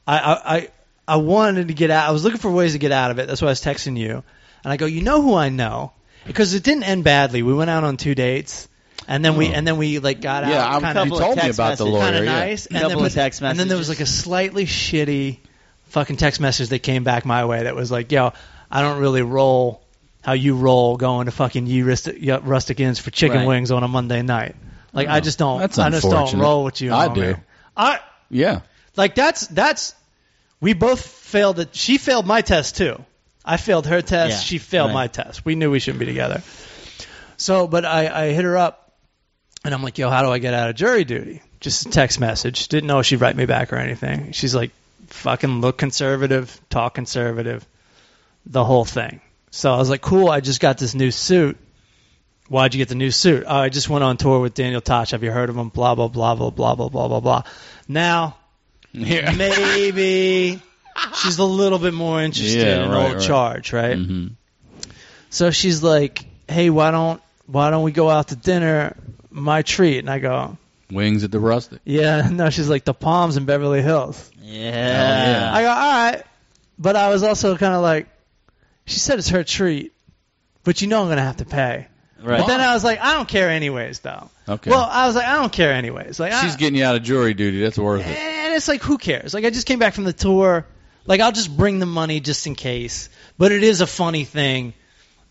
Speaker 8: I, I, I, I wanted to get out. I was looking for ways to get out of it. That's why I was texting you. And I go, you know who I know, because it didn't end badly. We went out on two dates, and then we, and then we like got
Speaker 6: Oh. Yeah,
Speaker 8: out.
Speaker 6: I'm-
Speaker 8: kind of,
Speaker 6: you told me
Speaker 2: text
Speaker 6: about the
Speaker 2: messages.
Speaker 6: lawyer.
Speaker 8: kind of
Speaker 6: yeah.
Speaker 8: nice. And
Speaker 2: Couple
Speaker 8: then,
Speaker 2: of
Speaker 8: but-
Speaker 2: text
Speaker 8: and then there was like a
Speaker 2: messages.
Speaker 8: slightly shitty, fucking text message that came back my way that was like, yo, I don't really roll. How you roll going to fucking you rustic, yeah, rustic inns for chicken
Speaker 2: Right.
Speaker 8: wings on a Monday night? Like I
Speaker 6: Oh,
Speaker 8: just don't.
Speaker 6: that's
Speaker 8: I just don't
Speaker 6: unfortunate.
Speaker 8: roll with you.
Speaker 6: I
Speaker 8: homie.
Speaker 6: do.
Speaker 8: I
Speaker 6: Yeah.
Speaker 8: like that's that's. We both failed it. She failed my test too. I failed her test.
Speaker 2: Yeah,
Speaker 8: she failed
Speaker 2: right.
Speaker 8: my test. We knew we shouldn't be together. So, but I, I hit her up, and I'm like, "Yo, how do I get out of jury duty?" Just a text message. Didn't know if she'd write me back or anything. She's like, "Fucking look conservative, talk conservative, the whole thing." So I was like, "Cool, I just got this new suit." Why'd you get the new suit? Oh, I just went on tour with Daniel Tosh. Have you heard of him? Blah blah blah blah blah blah blah blah blah. Now
Speaker 6: Yeah.
Speaker 8: maybe she's a little bit more interested
Speaker 6: Yeah,
Speaker 8: in
Speaker 6: right,
Speaker 8: old
Speaker 6: right.
Speaker 8: charge, right?
Speaker 6: hmm
Speaker 8: So she's like, "Hey, why don't why don't we go out to dinner? My treat." And I go,
Speaker 6: Wings at the rustic.
Speaker 8: "Yeah, no." She's like, "The Palms in Beverly Hills."
Speaker 6: Oh,
Speaker 2: Yeah.
Speaker 8: I go, "All right," but I was also kind of like, "She said it's her treat, but you know I'm gonna have to pay."
Speaker 2: Right.
Speaker 8: But then I was like, "I don't care anyways, though."
Speaker 6: Okay.
Speaker 8: Well, I was like, "I don't care anyways." Like
Speaker 6: She's
Speaker 8: I,
Speaker 6: getting you out of jury duty. That's worth it.
Speaker 8: And it's like, who cares? Like, I just came back from the tour. Like, I'll just bring the money just in case. But it is a funny thing.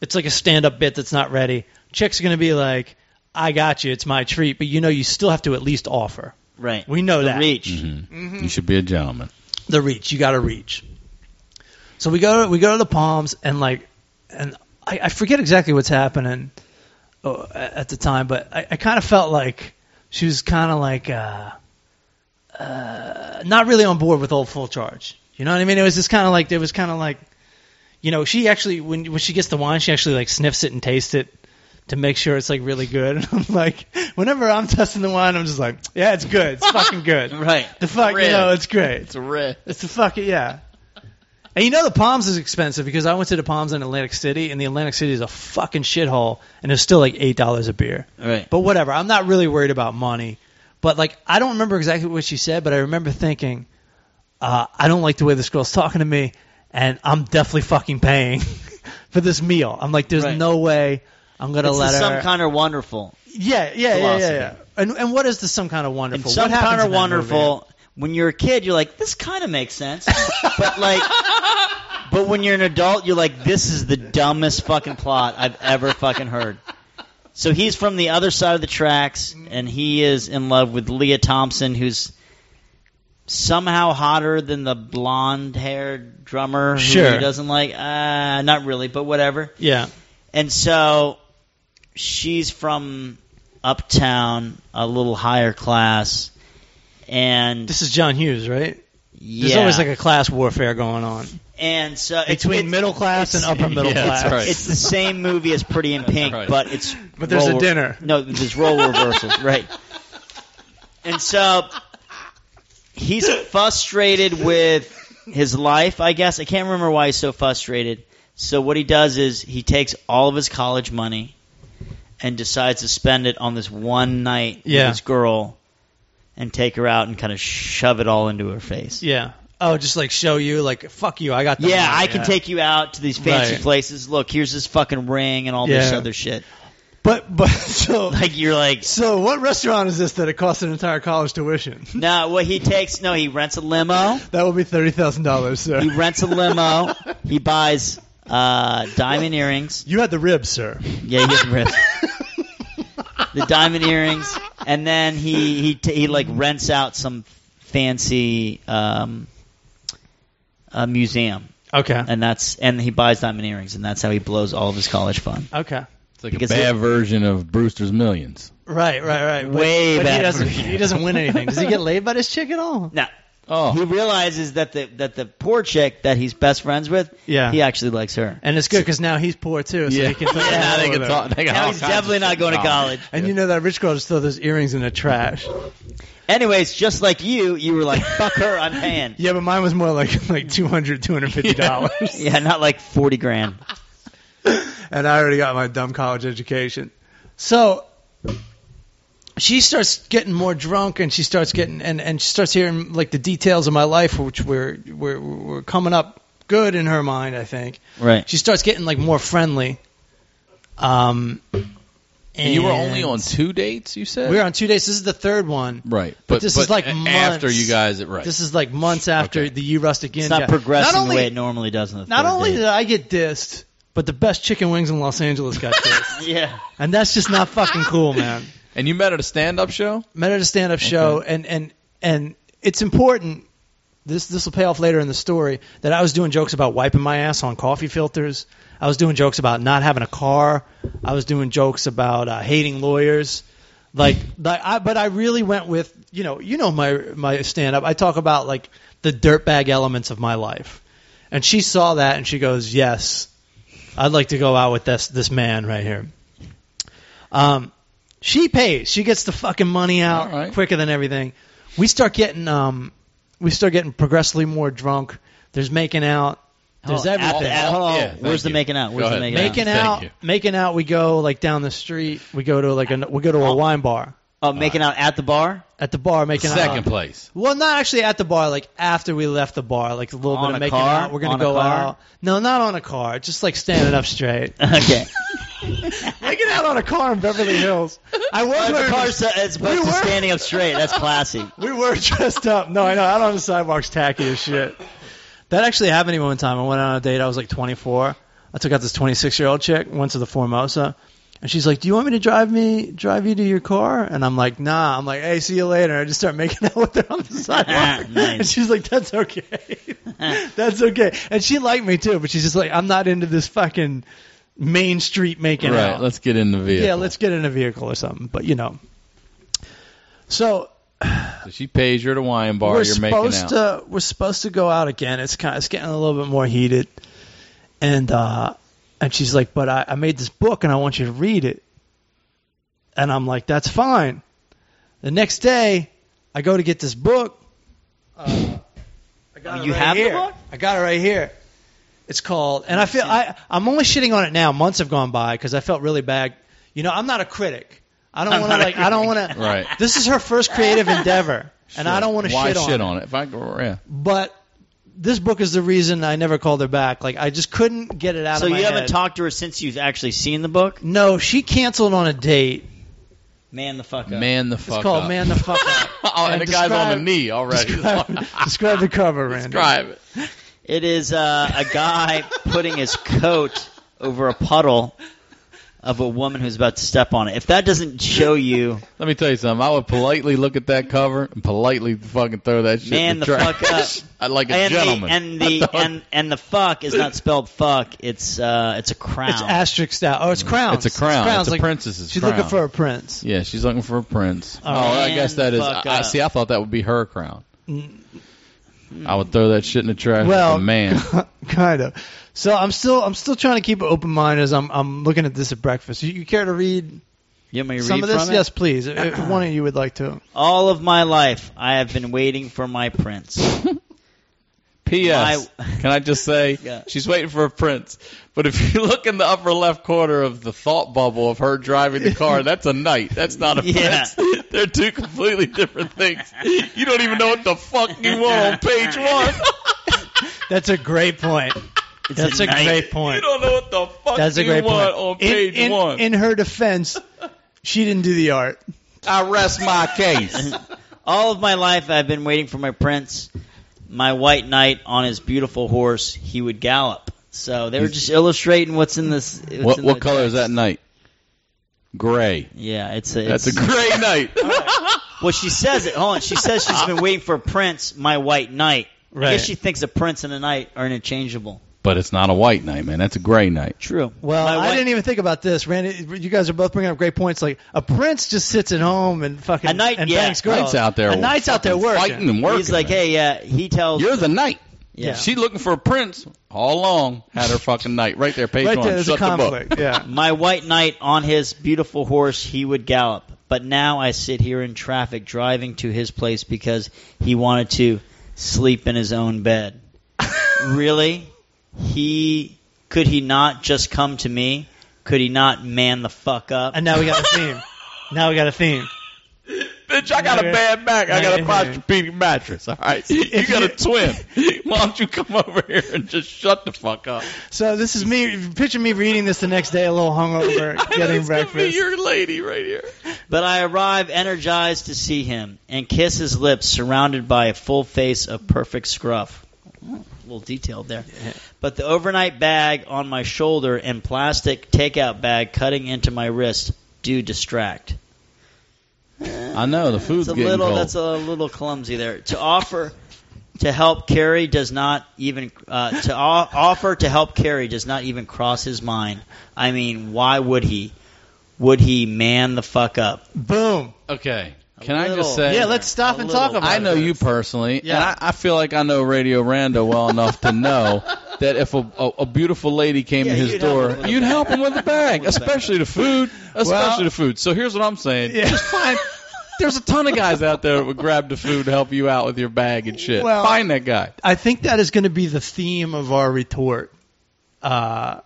Speaker 8: It's like a stand up bit that's not ready. Chick's going to be like, I got you, it's my treat, but you know you still have to at least offer.
Speaker 2: Right.
Speaker 8: We know
Speaker 2: The
Speaker 8: that.
Speaker 2: reach.
Speaker 6: Mm-hmm.
Speaker 8: Mm-hmm.
Speaker 6: You should be a gentleman.
Speaker 8: the reach. You got to reach. So we go we go to the Palms and like and I, I forget exactly what's happening uh, at the time, but I, I kind of felt like she was kind of like uh, uh, not really on board with old full charge. You know what I mean? It was just kind of like there was kind of like you know she actually when when she gets the wine she actually like sniffs it and tastes it. To make sure it's like really good, and I'm like, whenever I'm testing the wine, I'm just like, yeah, it's good, it's fucking good,
Speaker 6: Mm-hmm.
Speaker 2: Right.
Speaker 8: The fuck,
Speaker 2: Really?
Speaker 8: you know, it's great.
Speaker 6: It's a red.
Speaker 8: It's the fucking yeah. And you know the Palms is expensive because I went to the Palms in Atlantic City, and the Atlantic City is a fucking shithole, and it's still like eight dollars a beer.
Speaker 2: Right.
Speaker 8: But whatever, I'm not really worried about money. But like, I don't remember exactly what she said, but I remember thinking, uh, I don't like the way this girl's talking to me, and I'm definitely fucking paying for this meal. I'm like, there's
Speaker 2: Right.
Speaker 8: no way I'm gonna
Speaker 2: It's
Speaker 8: let
Speaker 2: the
Speaker 8: her.
Speaker 2: some kind of wonderful.
Speaker 8: yeah, yeah, yeah, yeah,
Speaker 2: philosophy.
Speaker 8: yeah. And and what is the some kind of
Speaker 2: And
Speaker 8: wonderful?
Speaker 2: some
Speaker 8: What happens
Speaker 2: kind
Speaker 8: in
Speaker 2: of
Speaker 8: that movie?
Speaker 2: wonderful. When you're a kid, you're like, this kind of makes sense, but like, but when you're an adult, you're like, this is the dumbest fucking plot I've ever fucking heard. So he's from the other side of the tracks, and he is in love with Leah Thompson, who's somehow hotter than the blonde-haired drummer who
Speaker 8: Sure.
Speaker 2: he doesn't like. Uh, not really, but whatever.
Speaker 8: Yeah.
Speaker 2: And so she's from uptown, a little higher class, and
Speaker 8: This is John Hughes, right?
Speaker 2: yeah,
Speaker 8: There's always like a class warfare going on
Speaker 2: and so it's-
Speaker 8: between
Speaker 2: it's-
Speaker 8: middle class and
Speaker 2: it's-
Speaker 8: upper middle
Speaker 6: Yeah, that's
Speaker 8: class.
Speaker 6: right.
Speaker 2: It's the same movie as Pretty in Pink,
Speaker 6: right.
Speaker 2: but it's
Speaker 8: But there's a dinner.
Speaker 2: No, there's role reversals, right? And so he's frustrated with his life, I guess. I can't remember why he's so frustrated. So what he does is he takes all of his college money and decides to spend it on this one night
Speaker 8: Yeah.
Speaker 2: with this girl and take her out and kind of shove it all into her face.
Speaker 8: Yeah. Oh, just like show you, like fuck you, I got. The
Speaker 2: Yeah,
Speaker 8: money,
Speaker 2: I can take you out to these fancy
Speaker 8: Right.
Speaker 2: places. Look, here's this fucking ring and all this
Speaker 8: Yeah.
Speaker 2: other shit.
Speaker 8: But but so
Speaker 2: Like you're like,
Speaker 8: so what restaurant is this that it costs an entire college tuition?
Speaker 2: no. What he takes? No, he rents a limo.
Speaker 8: That would be thirty thousand dollars, sir.
Speaker 2: He rents a limo. he buys uh, diamond earrings.
Speaker 8: You had the ribs, sir.
Speaker 2: Yeah, he gets ripped. the diamond earrings, and then he he t- he like rents out some fancy um, uh, museum,
Speaker 8: Okay.
Speaker 2: and that's and he buys diamond earrings, and that's how he blows all of his college fund.
Speaker 8: Okay.
Speaker 6: It's like
Speaker 2: Because
Speaker 6: a bad version of Brewster's Millions.
Speaker 8: Right, right, right. But-
Speaker 2: Way
Speaker 8: but he
Speaker 2: better.
Speaker 8: doesn't. He doesn't win anything. Does he get laid by this chick at all?
Speaker 2: Now he
Speaker 6: Oh,
Speaker 2: realizes that the that the poor chick that he's best friends with,
Speaker 8: Yeah.
Speaker 2: he actually likes her.
Speaker 8: And it's good because now he's poor too, so
Speaker 6: yeah.
Speaker 8: he can.
Speaker 6: Yeah, now they can talk. They got
Speaker 2: Now
Speaker 6: all
Speaker 2: he's
Speaker 6: kinds of
Speaker 2: definitely not
Speaker 6: shit
Speaker 2: going to
Speaker 6: going on.
Speaker 2: college.
Speaker 8: And you know that rich girl just throw those earrings in the trash.
Speaker 2: Anyways, just like you, you were like, fuck her, I'm paying.
Speaker 8: Yeah, but mine was more like like two hundred, two hundred fifty dollars.
Speaker 2: Yeah, not like 40 grand.
Speaker 8: and I already got my dumb college education. So she starts getting more drunk, and she starts getting and and she starts hearing like the details of my life, which were were were coming up good in her mind, I think.
Speaker 2: Right.
Speaker 8: She starts getting like more friendly. Um,
Speaker 6: And you were only on two dates, you said?
Speaker 8: We were on two days. This is the third one.
Speaker 6: Right,
Speaker 8: But this is like
Speaker 6: a-
Speaker 8: months.
Speaker 6: after you guys. Right,
Speaker 8: This is like months after
Speaker 6: Okay.
Speaker 8: the you rustic
Speaker 2: It's not progressing
Speaker 8: not only,
Speaker 2: the way it normally does in the
Speaker 8: Not
Speaker 2: third
Speaker 8: only did
Speaker 2: date.
Speaker 8: I get dissed, but the best chicken wings in Los Angeles got dissed.
Speaker 2: Yeah.
Speaker 8: And that's just not fucking cool, man.
Speaker 6: and you met at a stand-up show.
Speaker 8: Met at a stand up show and, and and it's important this this will pay off later in the story that I was doing jokes about wiping my ass on coffee filters. I was doing jokes about not having a car. I was doing jokes about uh, hating lawyers. Like, like I, but I really went with you know you know my my stand up. I talk about like the dirtbag elements of my life, and she saw that and she goes, "Yes, I'd like to go out with this this man right here." Um, she pays. She gets the fucking money out
Speaker 6: All right.
Speaker 8: quicker than everything. We start getting um, we start getting progressively more drunk. There's making out. There's
Speaker 2: Hold on, Oh, at
Speaker 8: everything.
Speaker 2: the- at- hold on,
Speaker 6: Yeah,
Speaker 2: hold on.
Speaker 6: thank
Speaker 2: Where's the
Speaker 6: you.
Speaker 2: making out?
Speaker 6: Go
Speaker 2: Where's the
Speaker 6: ahead.
Speaker 2: making,
Speaker 6: Make
Speaker 8: making
Speaker 6: Thank
Speaker 8: out,
Speaker 6: you.
Speaker 8: making out. We go like down the street. We go to like a we go to a wine bar
Speaker 2: out? Oh, making out at the bar?
Speaker 8: at the bar. Making
Speaker 6: Second
Speaker 8: out.
Speaker 6: place.
Speaker 8: Well, not actually at the bar. Like after we left the bar, like a little
Speaker 2: On
Speaker 8: bit
Speaker 2: a
Speaker 8: of making
Speaker 2: car?
Speaker 8: out. We're gonna
Speaker 2: On a
Speaker 8: go
Speaker 2: car?
Speaker 8: out. No, not on a car. Just like standing up straight.
Speaker 2: Okay.
Speaker 8: making out on a car in Beverly Hills. I was
Speaker 2: the
Speaker 8: wearing
Speaker 2: car
Speaker 8: a-
Speaker 2: as opposed
Speaker 8: We
Speaker 2: to
Speaker 8: were-
Speaker 2: standing up straight. That's classy.
Speaker 8: We were dressed up. No, I know. Out on the sidewalks, tacky as shit. That actually happened to me one time. I went on a date. I was like 24. I took out this 26 year old chick. Went to the Formosa. And she's like, "Do you want me to drive me drive you to your car?" And I'm like, "Nah." I'm like, "Hey, see you later." And I just start making out with her on the sidewalk.
Speaker 2: Nice.
Speaker 8: And she's like, "That's okay. That's okay." And she liked me too, but she's just like, "I'm not into this fucking main street making
Speaker 6: right.
Speaker 8: out."
Speaker 6: Let's get in the vehicle.
Speaker 8: Yeah, let's get in a vehicle or something. But you know, so
Speaker 6: So she pays you at a wine bar.
Speaker 8: we're
Speaker 6: you're making
Speaker 8: supposed
Speaker 6: out.
Speaker 8: to we're supposed to go out again. It's kind it's getting a little bit more heated, and uh, and she's like, but I, I made this book and I want you to read it, and I'm like, that's fine. The next day, I go to get this book. Uh, I got
Speaker 2: Oh,
Speaker 8: it
Speaker 2: you
Speaker 8: right
Speaker 2: have the
Speaker 8: here.
Speaker 2: book?
Speaker 8: I got it right here. It's called, and I feel I I'm only shitting on it now. Months have gone by because I felt really bad. You know, I'm not a critic. I don't
Speaker 2: I'm
Speaker 8: want to
Speaker 2: not a
Speaker 8: like. I don't want to.
Speaker 6: Right.
Speaker 8: This is her first creative endeavor, and I don't want to
Speaker 6: Why
Speaker 8: shit on.
Speaker 6: shit
Speaker 8: it.
Speaker 6: on it? If I go, yeah.
Speaker 8: But this book is the reason I never called her back. Like I just couldn't get it out
Speaker 2: So
Speaker 8: of
Speaker 2: you
Speaker 8: my
Speaker 2: haven't
Speaker 8: head.
Speaker 2: talked to her since you've actually seen the book?
Speaker 8: no, she canceled on a date.
Speaker 2: Man the fuck up.
Speaker 6: Man the fuck
Speaker 8: It's called
Speaker 6: up.
Speaker 8: Man the Fuck Up.
Speaker 6: oh, and,
Speaker 8: And
Speaker 6: the guy's on
Speaker 8: describe-
Speaker 6: the knee already.
Speaker 8: describe, describe the cover, Randy.
Speaker 6: Describe it.
Speaker 2: It is uh, a guy putting his coat over a puddle of a woman who's about to step on it. If that doesn't show you,
Speaker 6: Let me tell you something. I would politely look at that cover and politely fucking throw that shit
Speaker 2: Man
Speaker 6: in the,
Speaker 2: the
Speaker 6: trash.
Speaker 2: fuck up.
Speaker 6: I like a
Speaker 2: and
Speaker 6: gentleman.
Speaker 2: the and the and, and the fuck is not spelled fuck. It's uh, it's a crown.
Speaker 8: It's asterisked out. Oh, it's crowns.
Speaker 6: It's a crown.
Speaker 8: crowns,
Speaker 6: It's a
Speaker 8: like-
Speaker 6: princess's
Speaker 8: She's
Speaker 6: crown.
Speaker 8: looking for a prince.
Speaker 6: yeah, she's looking for a prince.
Speaker 8: All
Speaker 6: oh, I
Speaker 2: right.
Speaker 6: guess that is.
Speaker 2: Man the fuck
Speaker 6: I, I
Speaker 2: up.
Speaker 6: see. I thought that would be her crown. I would throw that shit in the trash. like
Speaker 8: Mm, Well,
Speaker 6: a man.
Speaker 8: kind of. So I'm still I'm still trying to keep an open mind as I'm I'm looking at this at breakfast. You, you care to read
Speaker 2: you want me to
Speaker 8: some
Speaker 2: read
Speaker 8: of this?
Speaker 2: from it?
Speaker 8: Yes, please. If- if one of you would like to.
Speaker 2: All of my life, I have been waiting for my prince.
Speaker 6: P.S.
Speaker 2: My-
Speaker 6: Can I just say
Speaker 2: Yeah.
Speaker 6: she's waiting for a prince? But if you look in the upper left corner of the thought bubble of her driving the car, that's a knight. That's not a
Speaker 2: Yeah.
Speaker 6: prince. They're two completely different things. You don't even know what the fuck you want on page one.
Speaker 8: That's a great point. That's a,
Speaker 2: night.
Speaker 8: great
Speaker 6: you
Speaker 8: point.
Speaker 6: don't know what the fuck
Speaker 8: That's a
Speaker 6: you
Speaker 8: great
Speaker 6: want
Speaker 8: point.
Speaker 6: on
Speaker 8: In-
Speaker 6: page
Speaker 8: in,
Speaker 6: one.
Speaker 8: in her defense, she didn't do the art.
Speaker 6: I rest my case.
Speaker 2: All of my life I've been waiting for my prince, my white knight on his beautiful horse. He would gallop. So they were just illustrating what's in this. what's
Speaker 6: what
Speaker 2: in the
Speaker 6: what color is that
Speaker 2: text.
Speaker 6: knight? Gray.
Speaker 2: Yeah, it's a.
Speaker 6: That's a
Speaker 2: it's-
Speaker 6: gray knight.
Speaker 2: Well, she says it. Hold on. She says she's been waiting for a prince, my white knight. I
Speaker 8: Right.
Speaker 2: guess she thinks a prince and a knight are interchangeable.
Speaker 6: but it's not a white knight, man. That's a gray knight.
Speaker 2: True.
Speaker 8: Well,
Speaker 2: my
Speaker 8: I
Speaker 2: white-
Speaker 8: didn't even think about this, Randy. You guys are both bringing up great points. Like a prince just sits at home and fucking
Speaker 2: A knight,
Speaker 8: and
Speaker 2: yeah.
Speaker 8: bangs girls.
Speaker 6: Knight's out there
Speaker 8: A knight's out there working.
Speaker 6: Fighting and working.
Speaker 2: He's like,
Speaker 6: man.
Speaker 2: hey, yeah. He tells.
Speaker 6: You're the knight.
Speaker 2: yeah.
Speaker 6: She looking for a prince all along. Had her fucking knight right there, page
Speaker 8: Right
Speaker 6: one.
Speaker 8: there, there's a
Speaker 6: Shut the book.
Speaker 8: conflict. Yeah.
Speaker 2: My white knight on his beautiful horse he would gallop, but now I sit here in traffic driving to his place because he wanted to sleep in his own bed. really? He could he not just come to me? Could he not man the fuck up?
Speaker 8: And now we got a theme. now we got a theme.
Speaker 6: Bitch, I got a bad back. I got a
Speaker 8: Knight.
Speaker 6: posturpedic mattress. All right, you got a twin. Why don't you come over here and just shut the fuck up?
Speaker 8: So this is me. Picture me reading this the next day, a little hungover, getting
Speaker 6: This could be
Speaker 8: breakfast.
Speaker 6: your lady right here.
Speaker 2: But I arrive energized to see him and kiss his lips, surrounded by a full face of perfect scruff. A little detailed there. But the overnight bag on my shoulder and plastic takeout bag cutting into my wrist do distract.
Speaker 6: I know the food's
Speaker 2: It's a
Speaker 6: getting
Speaker 2: little.
Speaker 6: cold.
Speaker 2: That's a little clumsy there. To offer to help carry does not even uh, to o- offer to help carry does not even cross his mind. I mean, why would he? Would he man the fuck up?
Speaker 8: Boom.
Speaker 6: okay, can I
Speaker 2: little.
Speaker 6: just say?
Speaker 8: Yeah, let's stop
Speaker 2: A
Speaker 8: and
Speaker 2: little.
Speaker 8: talk about
Speaker 6: I know
Speaker 8: it.
Speaker 6: you personally,
Speaker 8: Yeah.
Speaker 6: and I, I feel like I know Radio Rando well enough to know that if a, a, a beautiful lady came
Speaker 2: Yeah,
Speaker 6: to his
Speaker 2: you'd help
Speaker 6: door,
Speaker 2: him with a
Speaker 6: you'd
Speaker 2: bag.
Speaker 6: help him with a bag,
Speaker 2: With a bag.
Speaker 6: especially the food, especially the food. So here's what I'm saying:
Speaker 8: Yeah.
Speaker 6: just find. There's a ton of guys out there that would grab the food to help you out with your bag and shit.
Speaker 8: Well-
Speaker 6: find that guy.
Speaker 8: I think that is going to be the theme of our retort. Uh,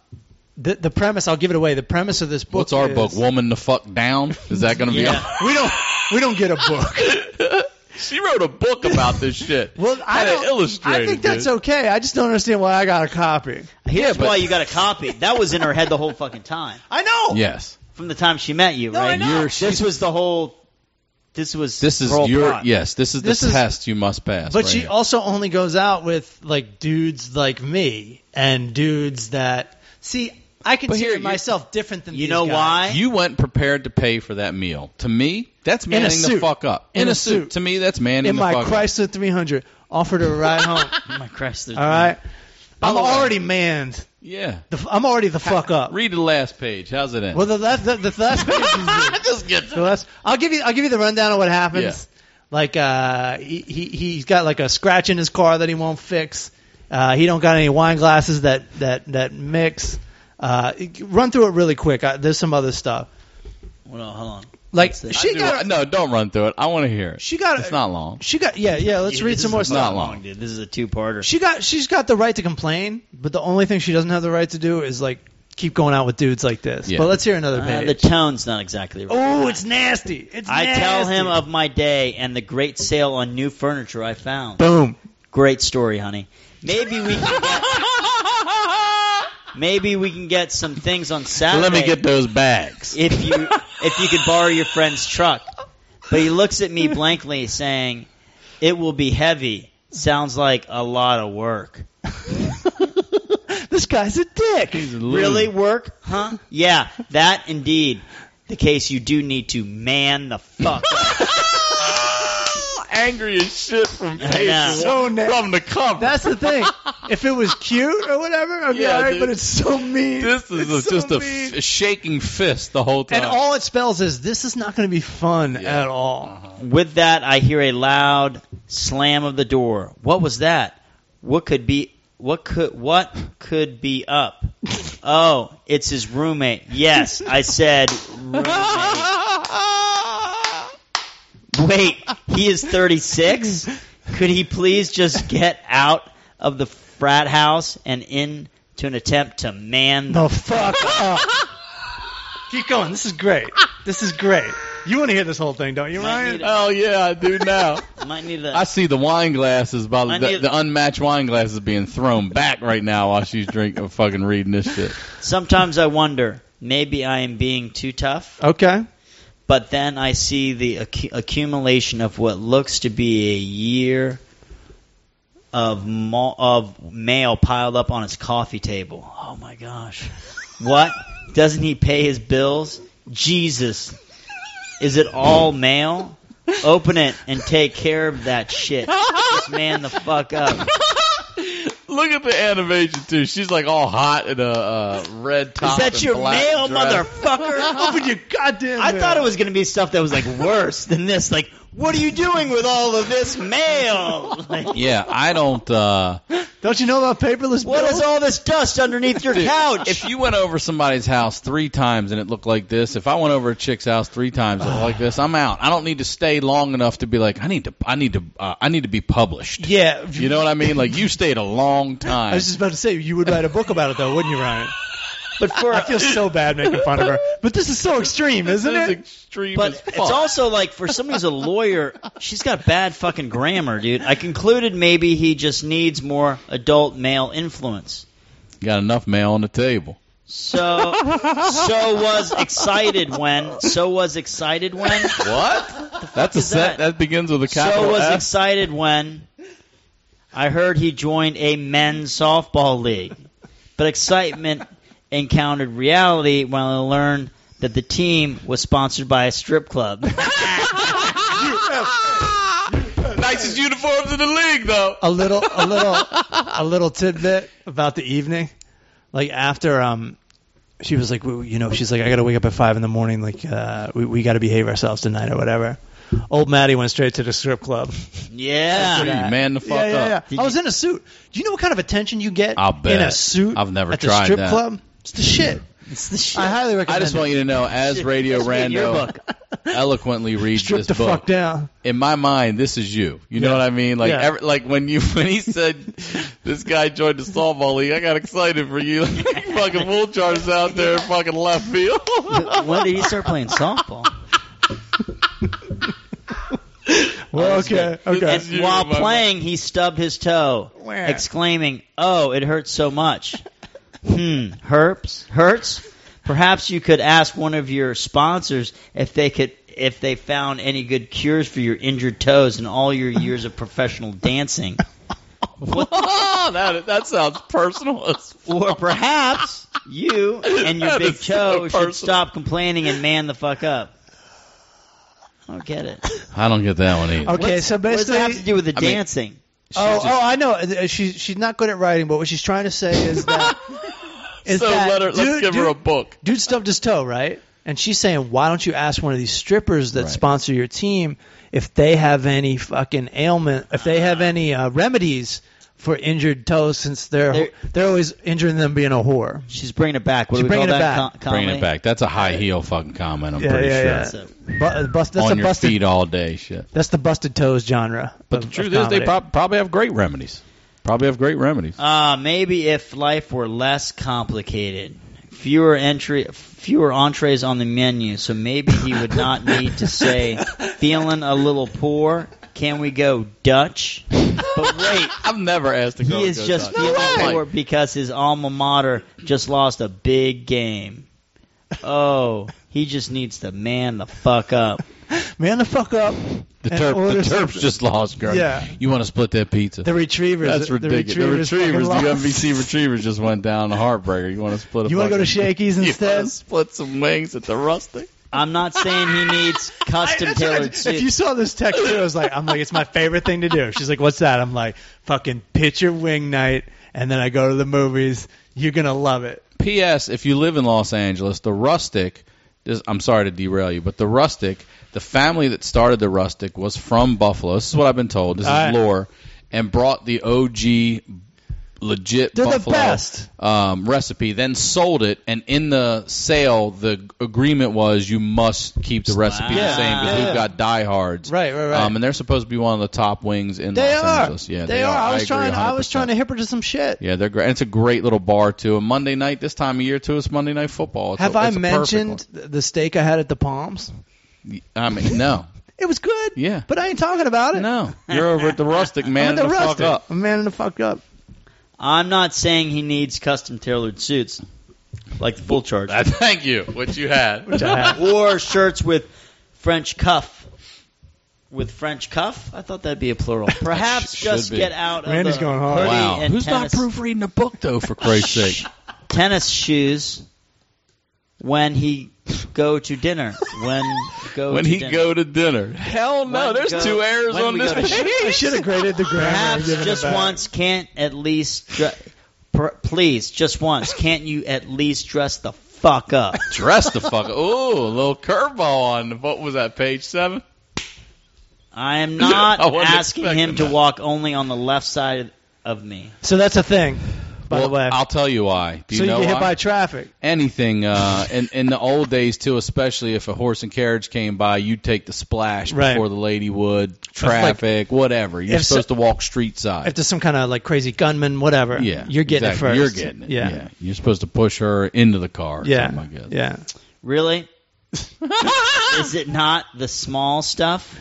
Speaker 8: the, the premise, I'll give it away. The premise of this book.
Speaker 6: What's our
Speaker 8: is-
Speaker 6: book? Woman the fuck down? Is that going to
Speaker 2: Yeah.
Speaker 8: We don't we don't get a book.
Speaker 6: be? she wrote a book about this shit.
Speaker 8: Well, I
Speaker 6: Had it
Speaker 8: don't,
Speaker 6: illustrated,
Speaker 8: I think that's
Speaker 6: dude.
Speaker 8: okay. I just don't understand why I got a copy.
Speaker 2: Here's
Speaker 6: but-
Speaker 2: why you got a copy. That was in her head the whole fucking time.
Speaker 8: I know.
Speaker 6: Yes.
Speaker 2: From the time she met you,
Speaker 8: No, I
Speaker 2: right?
Speaker 8: know. You're-
Speaker 2: this was the whole. This was
Speaker 6: This is
Speaker 2: her whole
Speaker 6: your
Speaker 2: plot.
Speaker 6: yes. This is the
Speaker 8: This is-
Speaker 6: test you must pass.
Speaker 8: But
Speaker 6: right
Speaker 8: she
Speaker 6: here.
Speaker 8: also only goes out with like dudes like me and dudes that see. I
Speaker 6: But
Speaker 8: consider
Speaker 6: here, you-
Speaker 8: myself different than
Speaker 2: You
Speaker 8: these
Speaker 2: know
Speaker 8: guys.
Speaker 2: why?
Speaker 6: You went prepared to pay for that meal. To me, that's
Speaker 8: In a
Speaker 6: manning the
Speaker 8: suit.
Speaker 6: fuck up.
Speaker 8: In a
Speaker 6: suit.
Speaker 8: suit.
Speaker 6: To me, that's manning
Speaker 8: In
Speaker 6: the
Speaker 8: my
Speaker 6: fuck up.
Speaker 8: Chrysler 300, offered a ride home.
Speaker 2: Oh my Christ! there's-
Speaker 8: All right, I'm
Speaker 6: the way-
Speaker 8: already manned.
Speaker 6: Yeah.
Speaker 8: The, f- I'm already the fuck up.
Speaker 6: Read the last page. How's it end?
Speaker 8: Well, the last, the, the last page is-
Speaker 6: just get
Speaker 8: So that's, I'll give you I'll give you the rundown of what happens.
Speaker 6: Yeah.
Speaker 8: Like uh, he, he he's got like a scratch in his car that he won't fix. Uh, he don't got any wine glasses that that that mix. Uh, run through it really quick. I, there's some other stuff.
Speaker 2: Well, hold on.
Speaker 8: Like
Speaker 2: That's it.
Speaker 8: she
Speaker 6: Do
Speaker 8: got
Speaker 6: it. no, don't run through it. I want to hear it.
Speaker 8: she got
Speaker 6: It's not long.
Speaker 8: she got yeah yeah. Let's
Speaker 2: Dude,
Speaker 8: read
Speaker 2: this
Speaker 8: some more
Speaker 2: is
Speaker 8: stuff.
Speaker 2: Not long, dude. This is a two-parter.
Speaker 8: She got she's got the right to complain, but the only thing she doesn't have the right to do is like keep going out with dudes like this.
Speaker 6: Yeah.
Speaker 8: But let's hear another
Speaker 2: Uh,
Speaker 8: page.
Speaker 2: the tone's not exactly right.
Speaker 8: oh, it's nasty. It's
Speaker 2: I tell
Speaker 8: nasty.
Speaker 2: him of my day and the great sale on new furniture I found.
Speaker 8: boom.
Speaker 2: Great story, honey. Maybe we can get, maybe we can get some things on Saturday.
Speaker 6: Let me get those bags.
Speaker 2: if you if you could borrow your friend's truck. But he looks at me blankly, saying, "It will be heavy. Sounds like a lot of work.
Speaker 8: this guy's a dick.
Speaker 6: He's a
Speaker 2: Really
Speaker 6: loser.
Speaker 2: work? Huh? Yeah, that indeed. The case you do need to man the fuck." up."
Speaker 6: angry as shit from
Speaker 2: I know.
Speaker 8: So nasty.
Speaker 6: from the cover.
Speaker 8: That's the thing. if it was cute or whatever, I'd be
Speaker 6: Yeah,
Speaker 8: all right,
Speaker 6: dude.
Speaker 8: but it's so mean.
Speaker 6: this is
Speaker 8: It's
Speaker 6: a-
Speaker 8: so
Speaker 6: just a,
Speaker 8: mean.
Speaker 6: f- a shaking fist the whole time.
Speaker 8: and all it spells is this is not going to be fun
Speaker 6: Yeah.
Speaker 8: at all.
Speaker 6: Uh-huh.
Speaker 2: With that, I hear a loud slam of the door. What was that? What could be? What could? What could be up? Oh, it's his roommate. Yes, I said roommate.
Speaker 6: Uh-huh.
Speaker 2: Wait, he is 36? Could he please just get out of the frat house and in to an attempt to man the
Speaker 8: The fuck up. Keep going. This is great. This is great. You want to hear this whole thing, don't you,
Speaker 2: Might
Speaker 8: Ryan?
Speaker 2: need
Speaker 6: Oh yeah, I do now.
Speaker 2: might need a
Speaker 6: I see the wine glasses by
Speaker 2: I
Speaker 6: the,
Speaker 2: need-
Speaker 6: the unmatched wine glasses being thrown back right now while she's drinking, fucking reading this shit.
Speaker 2: Sometimes I wonder, maybe I am being too tough,
Speaker 8: Okay.
Speaker 2: but then I see the accu- accumulation of what looks to be a year of ma- of mail piled up on his coffee table. Oh my gosh. What? Doesn't he pay his bills? Jesus. Is it all mail? Open it and take care of that shit. Just man the fuck up.
Speaker 6: Look at the animation too. She's like all hot in a uh, red top.
Speaker 2: Is that
Speaker 6: and
Speaker 2: your
Speaker 6: black
Speaker 2: mail,
Speaker 6: dress.
Speaker 2: motherfucker?
Speaker 8: Open your goddamn.
Speaker 2: I thought it was going to be stuff that was like worse than this. Like, what are you doing with all of this mail? Like,
Speaker 6: Yeah, I don't. uh
Speaker 8: Don't you know about paperless
Speaker 2: what
Speaker 8: bills?
Speaker 2: is all this dust underneath your
Speaker 6: Dude,
Speaker 2: couch?
Speaker 6: If you went over somebody's house three times and it looked like this, if I went over a chick's house three times and it looked like this, I'm out. I don't need to stay long enough to be like, I need to, I need to, uh, I need to be published.
Speaker 8: yeah.
Speaker 6: You know what I mean? Like you stayed a long time.
Speaker 8: I was just about to say you would write a book about it though, wouldn't you, Ryan?
Speaker 2: but for
Speaker 8: I feel so bad making fun of her, but this is so extreme, isn't
Speaker 6: This is
Speaker 8: it?
Speaker 6: extreme
Speaker 2: but
Speaker 6: as
Speaker 2: it's
Speaker 6: fuck.
Speaker 2: also like for somebody who's a lawyer, she's got bad fucking grammar, dude. I concluded maybe he just needs more adult male influence.
Speaker 6: got enough mail on the table.
Speaker 2: So, so was excited when. So was excited when.
Speaker 6: What? That's a
Speaker 2: is that?
Speaker 6: set that begins with a capital
Speaker 2: So was
Speaker 6: F.
Speaker 2: excited when I heard he joined a men's softball league. But excitement encountered reality when I learned that the team was sponsored by a strip club.
Speaker 6: Nicest uniforms in the league, though.
Speaker 8: a little a little a little tidbit about the evening like after um she was like "Well, you know she's like i gotta wake up at five in the morning like uh we, we gotta behave ourselves tonight or whatever old maddie went straight to the strip club
Speaker 6: Gee,
Speaker 2: yeah.
Speaker 6: man, the fuck
Speaker 8: yeah, yeah,
Speaker 6: up.
Speaker 8: yeah.
Speaker 2: Did
Speaker 8: i was in a suit do you know what kind of attention you get
Speaker 6: I'll bet.
Speaker 8: in a suit
Speaker 6: I've never
Speaker 8: at the
Speaker 6: tried
Speaker 8: strip
Speaker 6: that.
Speaker 8: club it's the shit
Speaker 2: It's the shit.
Speaker 8: i highly recommend
Speaker 6: I just want you to know, as
Speaker 2: Shit,
Speaker 6: Radio
Speaker 2: let's read your
Speaker 6: Rando
Speaker 2: book.
Speaker 6: eloquently reads
Speaker 8: strip
Speaker 6: this
Speaker 8: the
Speaker 6: book,
Speaker 8: fuck down
Speaker 6: in my mind, this is you. You know
Speaker 8: Yeah.
Speaker 6: what I mean? Like,
Speaker 8: Yeah.
Speaker 6: every, like when you when he said this guy joined the softball league, I got excited for you. Like, fucking Woolchar's out there in fucking left field.
Speaker 2: when did he start playing softball?
Speaker 8: well okay okay
Speaker 6: This is you
Speaker 2: While
Speaker 6: in my mind.
Speaker 2: playing, he stubbed his toe, exclaiming, "Oh, it hurts so much." hmm, herps, hurts. Perhaps you could ask one of your sponsors if they could if they found any good cures for your injured toes in all your years of professional dancing,
Speaker 6: that that sounds personal. as fuck.
Speaker 2: or perhaps You and your
Speaker 6: That
Speaker 2: big
Speaker 6: is so
Speaker 2: toe
Speaker 6: personal.
Speaker 2: should stop complaining and man the fuck up. I don't get it.
Speaker 6: I don't get that one either.
Speaker 8: Okay, so
Speaker 2: What does
Speaker 8: basically,
Speaker 2: it have to do with the
Speaker 6: I mean-
Speaker 2: dancing?
Speaker 8: oh, oh, I know. Uh, She's she's not good at writing, but what she's trying to say is that is
Speaker 6: so
Speaker 8: that
Speaker 6: let her, let's
Speaker 8: dude-
Speaker 6: give her a
Speaker 8: dude-
Speaker 6: book.
Speaker 8: dude stubbed his toe, right? And she's saying, why don't you ask one of these strippers that
Speaker 6: Right.
Speaker 8: sponsor your team if they have any fucking ailment, if they have any uh, remedies for injured toes, since they're they're,
Speaker 2: They're-
Speaker 8: always injuring them being a whore.
Speaker 2: She's bringing it back. What
Speaker 8: She's
Speaker 2: do we call
Speaker 8: bringing it
Speaker 2: that?
Speaker 8: back.
Speaker 2: Co-
Speaker 6: Bringing it
Speaker 2: comedy?
Speaker 6: back. That's a high heel fucking comment. I'm
Speaker 8: Yeah,
Speaker 6: pretty
Speaker 8: yeah,
Speaker 6: sure.
Speaker 8: yeah.
Speaker 2: So,
Speaker 8: Bu- bust, that's
Speaker 6: On
Speaker 8: a
Speaker 6: your
Speaker 8: busted
Speaker 6: feet all day, shit.
Speaker 8: that's the busted toes genre.
Speaker 6: But
Speaker 8: of-
Speaker 6: the truth
Speaker 8: of
Speaker 6: is, they
Speaker 8: comedy.
Speaker 6: prob- probably have great remedies. Probably have great remedies.
Speaker 2: uh, maybe if life were less complicated, fewer entry, fewer entrees on the menu, so maybe he would not need to say, "Feeling a little poor? Can we go Dutch?" But wait,
Speaker 6: I've never asked a girl.
Speaker 2: he
Speaker 6: to
Speaker 2: is
Speaker 6: go
Speaker 2: just
Speaker 6: touch.
Speaker 2: feeling
Speaker 6: Like,
Speaker 2: poor because his alma mater just lost a big game. Oh, he just needs to man the fuck up.
Speaker 8: man the fuck up.
Speaker 6: The,
Speaker 8: and
Speaker 6: Terp,
Speaker 8: order
Speaker 6: the Terps
Speaker 8: something.
Speaker 6: just lost, girl.
Speaker 8: Yeah.
Speaker 6: You want to split that pizza?
Speaker 8: The retrievers.
Speaker 6: That's
Speaker 8: the
Speaker 6: ridiculous. The
Speaker 8: Retrievers, fucking
Speaker 6: Retrievers, the
Speaker 8: lost.
Speaker 6: MVC Retrievers just went down. A heartbreaker. You want to split a
Speaker 8: You wanna go to
Speaker 6: fucking-
Speaker 8: Shakey's
Speaker 6: You
Speaker 8: instead?
Speaker 6: wanna split some wings at the Rustic?
Speaker 2: I'm not saying he needs
Speaker 8: I-
Speaker 2: custom
Speaker 8: that's what I-
Speaker 2: tailored
Speaker 8: If you
Speaker 2: suits.
Speaker 8: saw this text, too, I was like, I'm like, it's my favorite thing to do. She's like, what's that? I'm like, fucking pitcher wing night, and then I go to the movies. You're gonna love it.
Speaker 6: P.S. If you live in Los Angeles, the Rustic, this, I'm sorry to derail you, but the Rustic, the family that started the Rustic was from Buffalo. This is what I've been told. This
Speaker 8: All right.
Speaker 6: is lore, and brought the OG legit
Speaker 8: They're the
Speaker 6: Buffalo
Speaker 8: best.
Speaker 6: Um, recipe. Then sold it, and in the sale, the agreement was you must keep the recipe
Speaker 2: Yeah.
Speaker 6: the same because
Speaker 8: Yeah.
Speaker 6: we've got diehards.
Speaker 8: Right, right, right.
Speaker 6: Um, and they're supposed to be one of the top wings in
Speaker 8: They
Speaker 6: Los
Speaker 8: are.
Speaker 6: Angeles. Yeah,
Speaker 8: they, are. I was
Speaker 6: agree
Speaker 8: trying. I was
Speaker 6: 100%.
Speaker 8: trying to hip her to some shit.
Speaker 6: Yeah, they're great. And it's a great little bar too. And Monday night, this time of year too, it's Monday night football. It's
Speaker 8: Have
Speaker 6: I
Speaker 8: I mentioned the steak I had at the Palms?
Speaker 6: I mean, no,
Speaker 8: It was good.
Speaker 6: Yeah.
Speaker 8: But I ain't talking about it.
Speaker 6: no. You're over at the rustic man.
Speaker 8: I'm at the
Speaker 6: the fuck
Speaker 8: rustic.
Speaker 6: up.
Speaker 8: I'm manning the fuck up.
Speaker 2: I'm not saying he needs custom tailored suits, like the full charge,
Speaker 6: Uh, thank you. What you had?
Speaker 8: Which I had.
Speaker 2: or shirts with French cuff. With French cuff, I thought that'd be a plural. Perhaps
Speaker 6: should
Speaker 2: just
Speaker 6: be.
Speaker 2: get out of
Speaker 8: Randy's
Speaker 2: the
Speaker 8: going hard.
Speaker 2: hoodie
Speaker 6: wow.
Speaker 2: and
Speaker 6: Who's
Speaker 2: tennis,
Speaker 6: not proofreading a book though? For Christ's sake.
Speaker 2: tennis shoes when he go to dinner. When go
Speaker 6: When
Speaker 2: to
Speaker 6: he
Speaker 2: dinner.
Speaker 6: go to dinner. Hell no.
Speaker 2: When
Speaker 6: There's
Speaker 2: go-
Speaker 6: two errors
Speaker 2: when
Speaker 6: on
Speaker 2: we
Speaker 6: this
Speaker 2: go to-
Speaker 6: page.
Speaker 8: I should have graded the grammar. and
Speaker 2: Perhaps
Speaker 8: given it
Speaker 2: just
Speaker 8: back.
Speaker 2: once can't at least. Dr- per- please, just once can't you at least dress the fuck up?
Speaker 6: Dress the fuck. up. Ooh, a little curveball on what was that? Page seven.
Speaker 2: I am not
Speaker 6: I wasn't
Speaker 2: asking him
Speaker 6: expecting
Speaker 2: to
Speaker 6: that.
Speaker 2: walk only on the left side of me.
Speaker 8: So that's a thing. By
Speaker 6: well,
Speaker 8: the way,
Speaker 6: I'll tell you why. Do you
Speaker 8: so
Speaker 6: know
Speaker 8: you get hit
Speaker 6: why?
Speaker 8: by traffic.
Speaker 6: anything uh, in in the old days too, especially if a horse and carriage came by, you'd take the splash
Speaker 8: Right.
Speaker 6: before the lady would. Traffic, whatever. You're
Speaker 8: If so-
Speaker 6: supposed to walk street side.
Speaker 8: If there's some kind of like crazy gunman, whatever,
Speaker 6: yeah,
Speaker 8: you're getting
Speaker 6: exactly.
Speaker 8: it 1st
Speaker 6: You're getting it.
Speaker 8: Yeah,
Speaker 6: Yeah. you're supposed to push her into the car. Or
Speaker 8: yeah,
Speaker 6: something like that.
Speaker 8: yeah.
Speaker 2: Really? is it not the small stuff?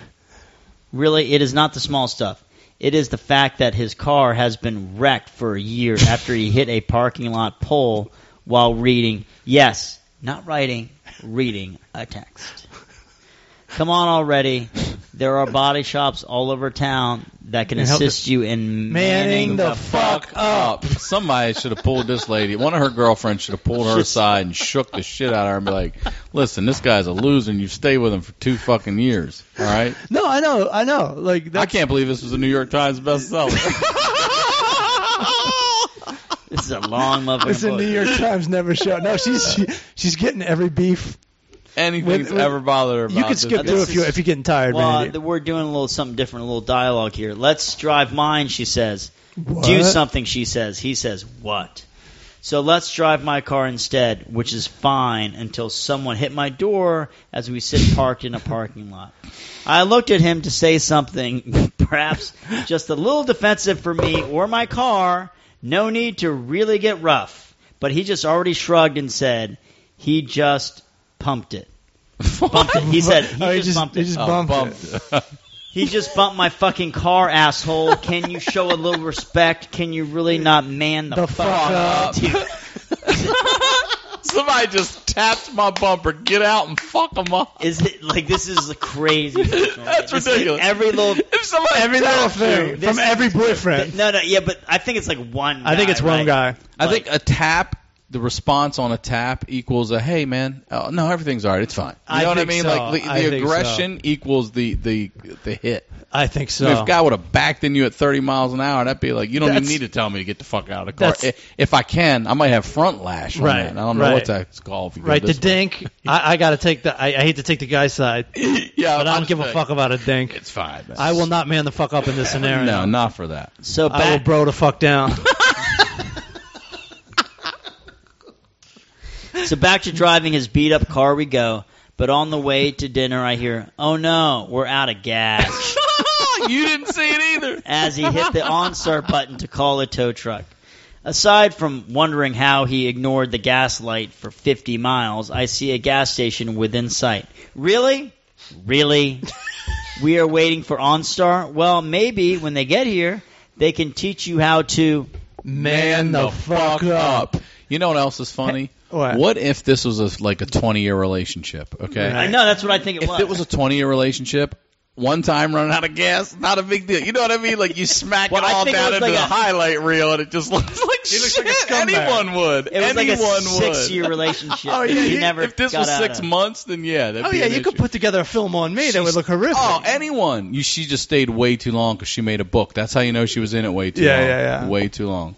Speaker 2: Really, it is not the small stuff. It is the fact that his car has been wrecked for a year after he hit a parking lot pole while reading, yes, not writing, reading a text. Come on already. There are body shops all over town that can
Speaker 8: And help
Speaker 2: assist you in
Speaker 8: Manning
Speaker 2: manning
Speaker 8: the
Speaker 2: the,
Speaker 6: Fuck up! Somebody should have pulled this lady. One of her girlfriends should have pulled her aside and shook the shit out of her and be like, "Listen, this guy's a loser. and You stay with him for two fucking years, all right?
Speaker 8: No, I know, I know. Like
Speaker 6: I
Speaker 8: that's,
Speaker 6: can't believe this was a New York Times bestseller.
Speaker 2: This is a long motherfucking
Speaker 8: it's a
Speaker 2: book.
Speaker 8: New York Times never show. No, she's she, she's getting every beef.
Speaker 6: Anything's
Speaker 8: With- with-
Speaker 6: ever bothered her. About
Speaker 8: You could
Speaker 6: this
Speaker 8: skip
Speaker 6: guy.
Speaker 8: through
Speaker 2: this
Speaker 8: if you
Speaker 2: is-
Speaker 8: if you're getting tired,
Speaker 2: Well,
Speaker 8: Randy.
Speaker 2: th- we're doing a little something different, a little dialogue here. Let's drive mine, she says.
Speaker 8: What?
Speaker 2: Do something, she says. He says, what? So let's drive my car instead, which is fine until someone hit my door as we sit parked in a parking lot. I looked at him to say something, perhaps just a little defensive for me or my car. No need to really get rough. But he just already shrugged and said, he just pumped it. Bumped it. He said, he
Speaker 8: Oh,
Speaker 2: just bumped
Speaker 8: he
Speaker 2: it.
Speaker 8: just
Speaker 6: Oh,
Speaker 8: bumped
Speaker 6: bumped
Speaker 8: it.
Speaker 6: it.
Speaker 2: He just bumped my fucking car, asshole. Can you show a little respect? Can you really not man the,
Speaker 8: The
Speaker 2: fuck,
Speaker 8: fuck up.
Speaker 2: dude?
Speaker 6: Somebody just tapped my bumper. Get out and fuck them up.
Speaker 2: Is it like this is crazy?
Speaker 6: That's
Speaker 2: This is
Speaker 6: ridiculous.
Speaker 2: every little.
Speaker 6: If somebody
Speaker 8: Every little
Speaker 6: tapped
Speaker 8: thing
Speaker 6: you-
Speaker 2: This
Speaker 8: from every boyfriend.
Speaker 2: No, no, yeah, but I think it's like one.
Speaker 8: I think it's one
Speaker 2: right?
Speaker 8: guy.
Speaker 6: I think a tap the response on a tap equals a hey man, oh, no everything's all right, it's fine. You
Speaker 8: I
Speaker 6: know what I
Speaker 8: think
Speaker 6: mean?
Speaker 8: so.
Speaker 6: Like the,
Speaker 8: I
Speaker 6: the
Speaker 8: think so.
Speaker 6: aggression equals the the the hit.
Speaker 8: I think so.
Speaker 6: If a guy would have backed in you at 30 miles an hour, that'd be like, you don't even
Speaker 8: That's-
Speaker 6: need to tell me to get the fuck out of the car.
Speaker 8: that's-
Speaker 6: I- If I can, I might have front lash. on
Speaker 8: Right,
Speaker 6: that. I don't know
Speaker 8: right.
Speaker 6: what that's called. If you go
Speaker 8: right, the
Speaker 6: this way.
Speaker 8: dink. I, I got to take the. I, I hate to take the guy's side,
Speaker 6: Yeah,
Speaker 8: but I don't give a
Speaker 6: understand.
Speaker 8: fuck about a dink.
Speaker 6: It's fine. man.
Speaker 8: I will not man the fuck up in this scenario.
Speaker 6: No, not for that.
Speaker 2: So
Speaker 8: I will
Speaker 2: back,
Speaker 8: bro the fuck down.
Speaker 2: so back to driving his beat up car we go. But on the way to dinner, I hear, "Oh no, we're out of gas."
Speaker 6: you didn't see it either.
Speaker 2: as he hit the OnStar button to call a tow truck. Aside from wondering how he ignored the gas light for 50 miles, I see a gas station within sight. Really? Really? we are waiting for OnStar? Well, maybe when they get here, they can teach you how to.
Speaker 8: Man the fuck up.
Speaker 6: You know what else is funny?
Speaker 8: What?
Speaker 6: if this was a, like a 20 year relationship? Okay.
Speaker 2: I know, that's what I think it
Speaker 6: If
Speaker 2: was.
Speaker 6: it was a 20 year relationship, one time running out of gas, not a big deal. You know what I mean? Like you smack
Speaker 2: Well,
Speaker 6: it
Speaker 2: I
Speaker 6: all
Speaker 2: think it
Speaker 6: down
Speaker 2: was
Speaker 6: into
Speaker 2: like
Speaker 6: the
Speaker 2: a-
Speaker 6: highlight reel and it just looks like
Speaker 8: looks
Speaker 6: shit.
Speaker 8: like a scumbag.
Speaker 6: Anyone would.
Speaker 2: It was like
Speaker 6: Anyone
Speaker 2: a
Speaker 6: would.
Speaker 2: six-year relationship.
Speaker 6: Oh, yeah,
Speaker 2: that he
Speaker 6: you-
Speaker 2: never
Speaker 6: if this
Speaker 2: got
Speaker 6: was
Speaker 2: out
Speaker 6: six
Speaker 2: of.
Speaker 6: months, then yeah, that'd
Speaker 8: oh
Speaker 6: be
Speaker 8: yeah,
Speaker 6: an
Speaker 8: you could
Speaker 6: issue.
Speaker 8: put together a film on me that would look horrific.
Speaker 6: Oh, anyone. You, she just stayed way too long because she made a book. That's how you know she was in it way too
Speaker 8: Yeah,
Speaker 6: long.
Speaker 8: yeah, yeah.
Speaker 6: Way too long.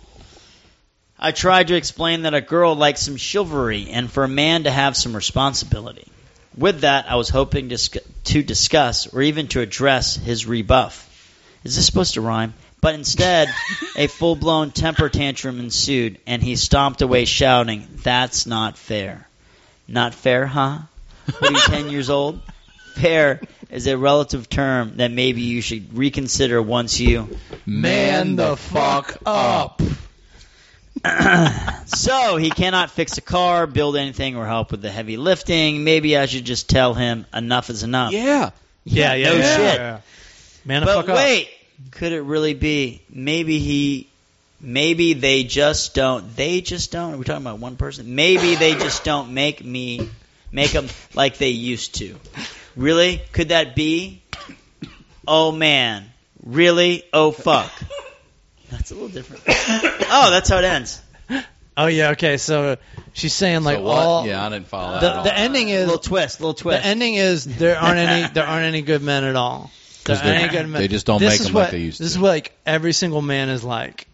Speaker 2: I tried to explain that a girl likes some chivalry and for a man to have some responsibility. With that, I was hoping to, sc- to discuss or even to address his rebuff. Is this supposed to rhyme? But instead, a full blown temper tantrum ensued and he stomped away shouting, That's not fair. Not fair, huh? What are you, 10 years old? Fair is a relative term that maybe you should reconsider once you.
Speaker 8: Man the fuck up.
Speaker 2: So he cannot fix a car, build anything, or help with the heavy lifting. Maybe I should just tell him enough is enough.
Speaker 6: Yeah.
Speaker 8: Yeah, yeah,
Speaker 2: No
Speaker 8: yeah,
Speaker 2: shit.
Speaker 8: yeah. Man the
Speaker 2: but
Speaker 8: fuck up.
Speaker 2: wait, could it really be? Maybe he, maybe they just don't. They just don't. Are we talking about one person? Maybe they just don't make me make them like they used to. Really? Could that be? Oh man, really? Oh fuck. That's a little different. Oh, that's how it ends.
Speaker 8: Oh yeah, okay. So she's saying like
Speaker 6: so what?
Speaker 8: all
Speaker 6: yeah, I didn't follow that. at
Speaker 8: the,
Speaker 6: all.
Speaker 8: the ending is
Speaker 2: little twist. Little twist.
Speaker 8: the ending is there aren't any there aren't any good men at all. There
Speaker 6: 'Cause they-
Speaker 8: aren't any good men.
Speaker 6: they just don't
Speaker 8: This
Speaker 6: make
Speaker 8: is
Speaker 6: 'em like
Speaker 8: what-
Speaker 6: they used
Speaker 8: This
Speaker 6: to.
Speaker 8: is what like every single man is like.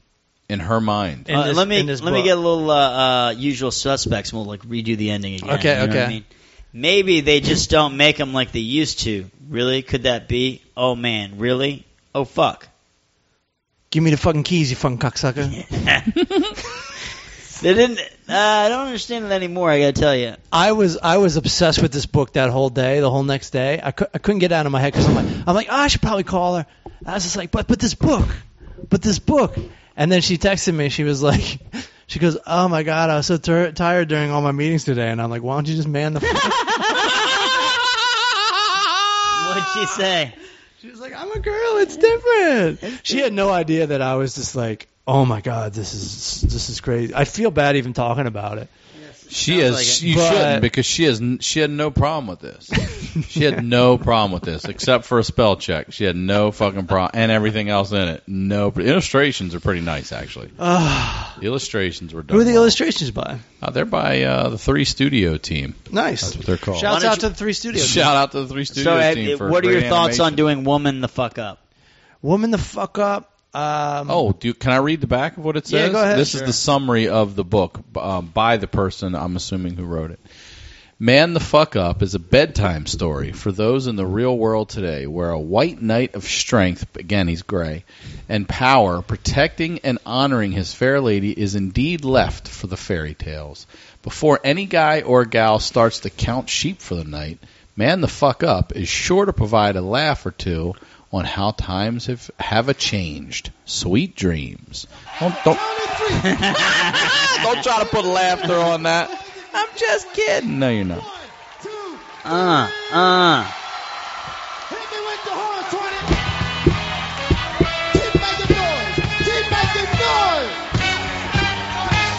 Speaker 6: in her mind.
Speaker 8: in
Speaker 2: Uh,
Speaker 8: this-
Speaker 2: let me
Speaker 8: in this
Speaker 2: let me
Speaker 8: book.
Speaker 2: get a little uh, uh, usual suspects. and We'll like redo the ending again.
Speaker 8: Okay,
Speaker 2: you know what
Speaker 8: okay.
Speaker 2: I mean? Maybe they just don't make them like they used to. Really? Could that be? Oh man, really? Oh fuck.
Speaker 8: Give me the fucking keys, you fucking cocksucker.
Speaker 2: They didn't. Uh, I don't understand it anymore. I gotta tell you.
Speaker 8: I was I was obsessed with this book that whole day, the whole next day. I, cou- I couldn't get it out of my head because I'm like I'm like "Ah, I should probably call her. I was just like, but but this book, but this book. And then she texted me. She was like, she goes, oh my god, I was so tur tired during all my meetings today. And I'm like, why don't you just man the? Fuck?
Speaker 2: What'd she say?
Speaker 8: she was like, I'm a girl. It's different. She had no idea that I was just like, oh my god, this is this is crazy. I feel bad even talking about it.
Speaker 6: She has.
Speaker 2: like it.
Speaker 6: you
Speaker 8: But-
Speaker 6: shouldn't because she has. n- She had no problem with this. She had no problem with this except for a spell check. She had no fucking problem and everything else in it. No pr- illustrations are pretty nice actually. The illustrations were done.
Speaker 8: Who are the
Speaker 6: well.
Speaker 8: illustrations by?
Speaker 6: Uh, they're by uh, the Three Studio team.
Speaker 8: Nice.
Speaker 6: That's what they're called.
Speaker 8: Shouts
Speaker 2: don't
Speaker 8: out
Speaker 2: you-
Speaker 8: to the three studios.
Speaker 6: Shout out to the Three Studio
Speaker 2: So, uh,
Speaker 6: team for
Speaker 2: what are your
Speaker 6: great
Speaker 2: thoughts on
Speaker 6: animation.
Speaker 2: doing "Woman the Fuck Up"?
Speaker 8: Woman the fuck up. Um,
Speaker 6: Oh, do, can I read the back of what it
Speaker 8: Yeah,
Speaker 6: says?
Speaker 8: go ahead.
Speaker 6: This
Speaker 8: Sure.
Speaker 6: is the summary of the book um, by the person I'm assuming who wrote it. Man the Fuck Up is a bedtime story for those in the real world today where a white knight of strength, again, he's gray, and power, protecting and honoring his fair lady, is indeed left for the fairy tales. Before any guy or gal starts to count sheep for the night, Man the Fuck Up is sure to provide a laugh or two on how times have, have a changed. Sweet dreams. Don't, don't, don't try to put laughter on that. I'm just kidding. No, you're not.
Speaker 3: Two,
Speaker 2: Uh, uh.
Speaker 3: hit me with the horn, Tony. Keep making noise. Keep making noise.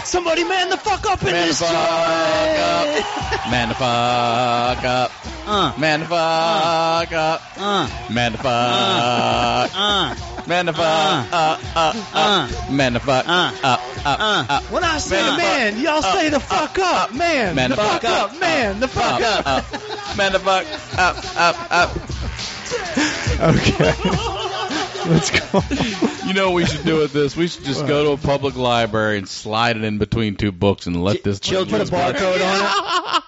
Speaker 8: Somebody man the fuck up in
Speaker 6: Man the
Speaker 8: this
Speaker 6: fuck up. Man the fuck up.
Speaker 2: Uh,
Speaker 6: Man the fuck up.
Speaker 2: uh,
Speaker 6: Man the fuck.
Speaker 2: uh.
Speaker 6: Man of uh, uh, uh, uh, man of uh, uh, uh, uh,
Speaker 8: When I say
Speaker 6: Man the
Speaker 8: man,
Speaker 6: fuck
Speaker 8: y'all
Speaker 6: up,
Speaker 8: say the fuck up, man.
Speaker 6: Man
Speaker 8: the
Speaker 6: the
Speaker 8: fuck
Speaker 6: fuck
Speaker 8: up, man. The fuck
Speaker 6: up,
Speaker 8: up.
Speaker 6: up, man of uh, up, up, up.
Speaker 8: Okay. Let's go.
Speaker 6: You know what we should do with this? We should just go to a public library and slide it in between two books and let this thing
Speaker 2: Children
Speaker 6: just-
Speaker 8: Barcode on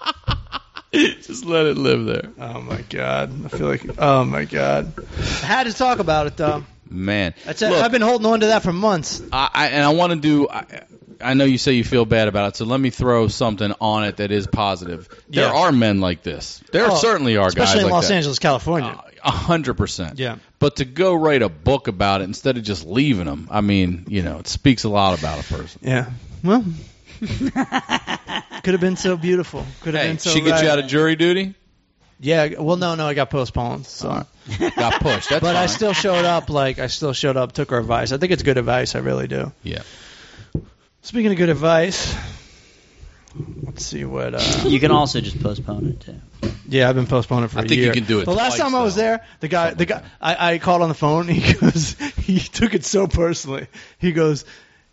Speaker 8: it.
Speaker 6: just let it live there.
Speaker 8: Oh my god. I feel like. Oh my god. I had to talk about it though.
Speaker 6: Man,
Speaker 8: That's it.
Speaker 6: Look,
Speaker 8: I've been holding on to that for months.
Speaker 6: I, I and I want to do. I, I know you say you feel bad about it, so let me throw something on it that is positive. There
Speaker 8: Yeah.
Speaker 6: are men like this. There
Speaker 8: Oh,
Speaker 6: certainly are guys
Speaker 8: especially in
Speaker 6: like
Speaker 8: Los
Speaker 6: that.
Speaker 8: Angeles, California.
Speaker 6: Uh, A hundred percent.
Speaker 8: Yeah.
Speaker 6: But to go write a book about it instead of just leaving them, I mean, you know, it speaks a lot about a person.
Speaker 8: Yeah. Well, could have been so beautiful. Could have
Speaker 6: Hey,
Speaker 8: been so.
Speaker 6: she gets you
Speaker 8: right.
Speaker 6: out of jury duty.
Speaker 8: Yeah. Well, no, no, I got postponed. So.
Speaker 6: Got pushed. That's
Speaker 8: but
Speaker 6: fine.
Speaker 8: I still showed up. Like I still showed up. Took her advice. I think it's good advice. I really do.
Speaker 6: Yeah.
Speaker 8: Speaking of good advice, let's see what. Uh,
Speaker 2: You can also just postpone it too.
Speaker 8: yeah, I've been postponing for
Speaker 6: I
Speaker 8: a
Speaker 6: think you
Speaker 8: year.
Speaker 6: can do it
Speaker 8: The last
Speaker 6: twice,
Speaker 8: time I was
Speaker 6: though.
Speaker 8: there, the guy, the guy, I, I called on the phone. He goes, he took it so personally. He goes,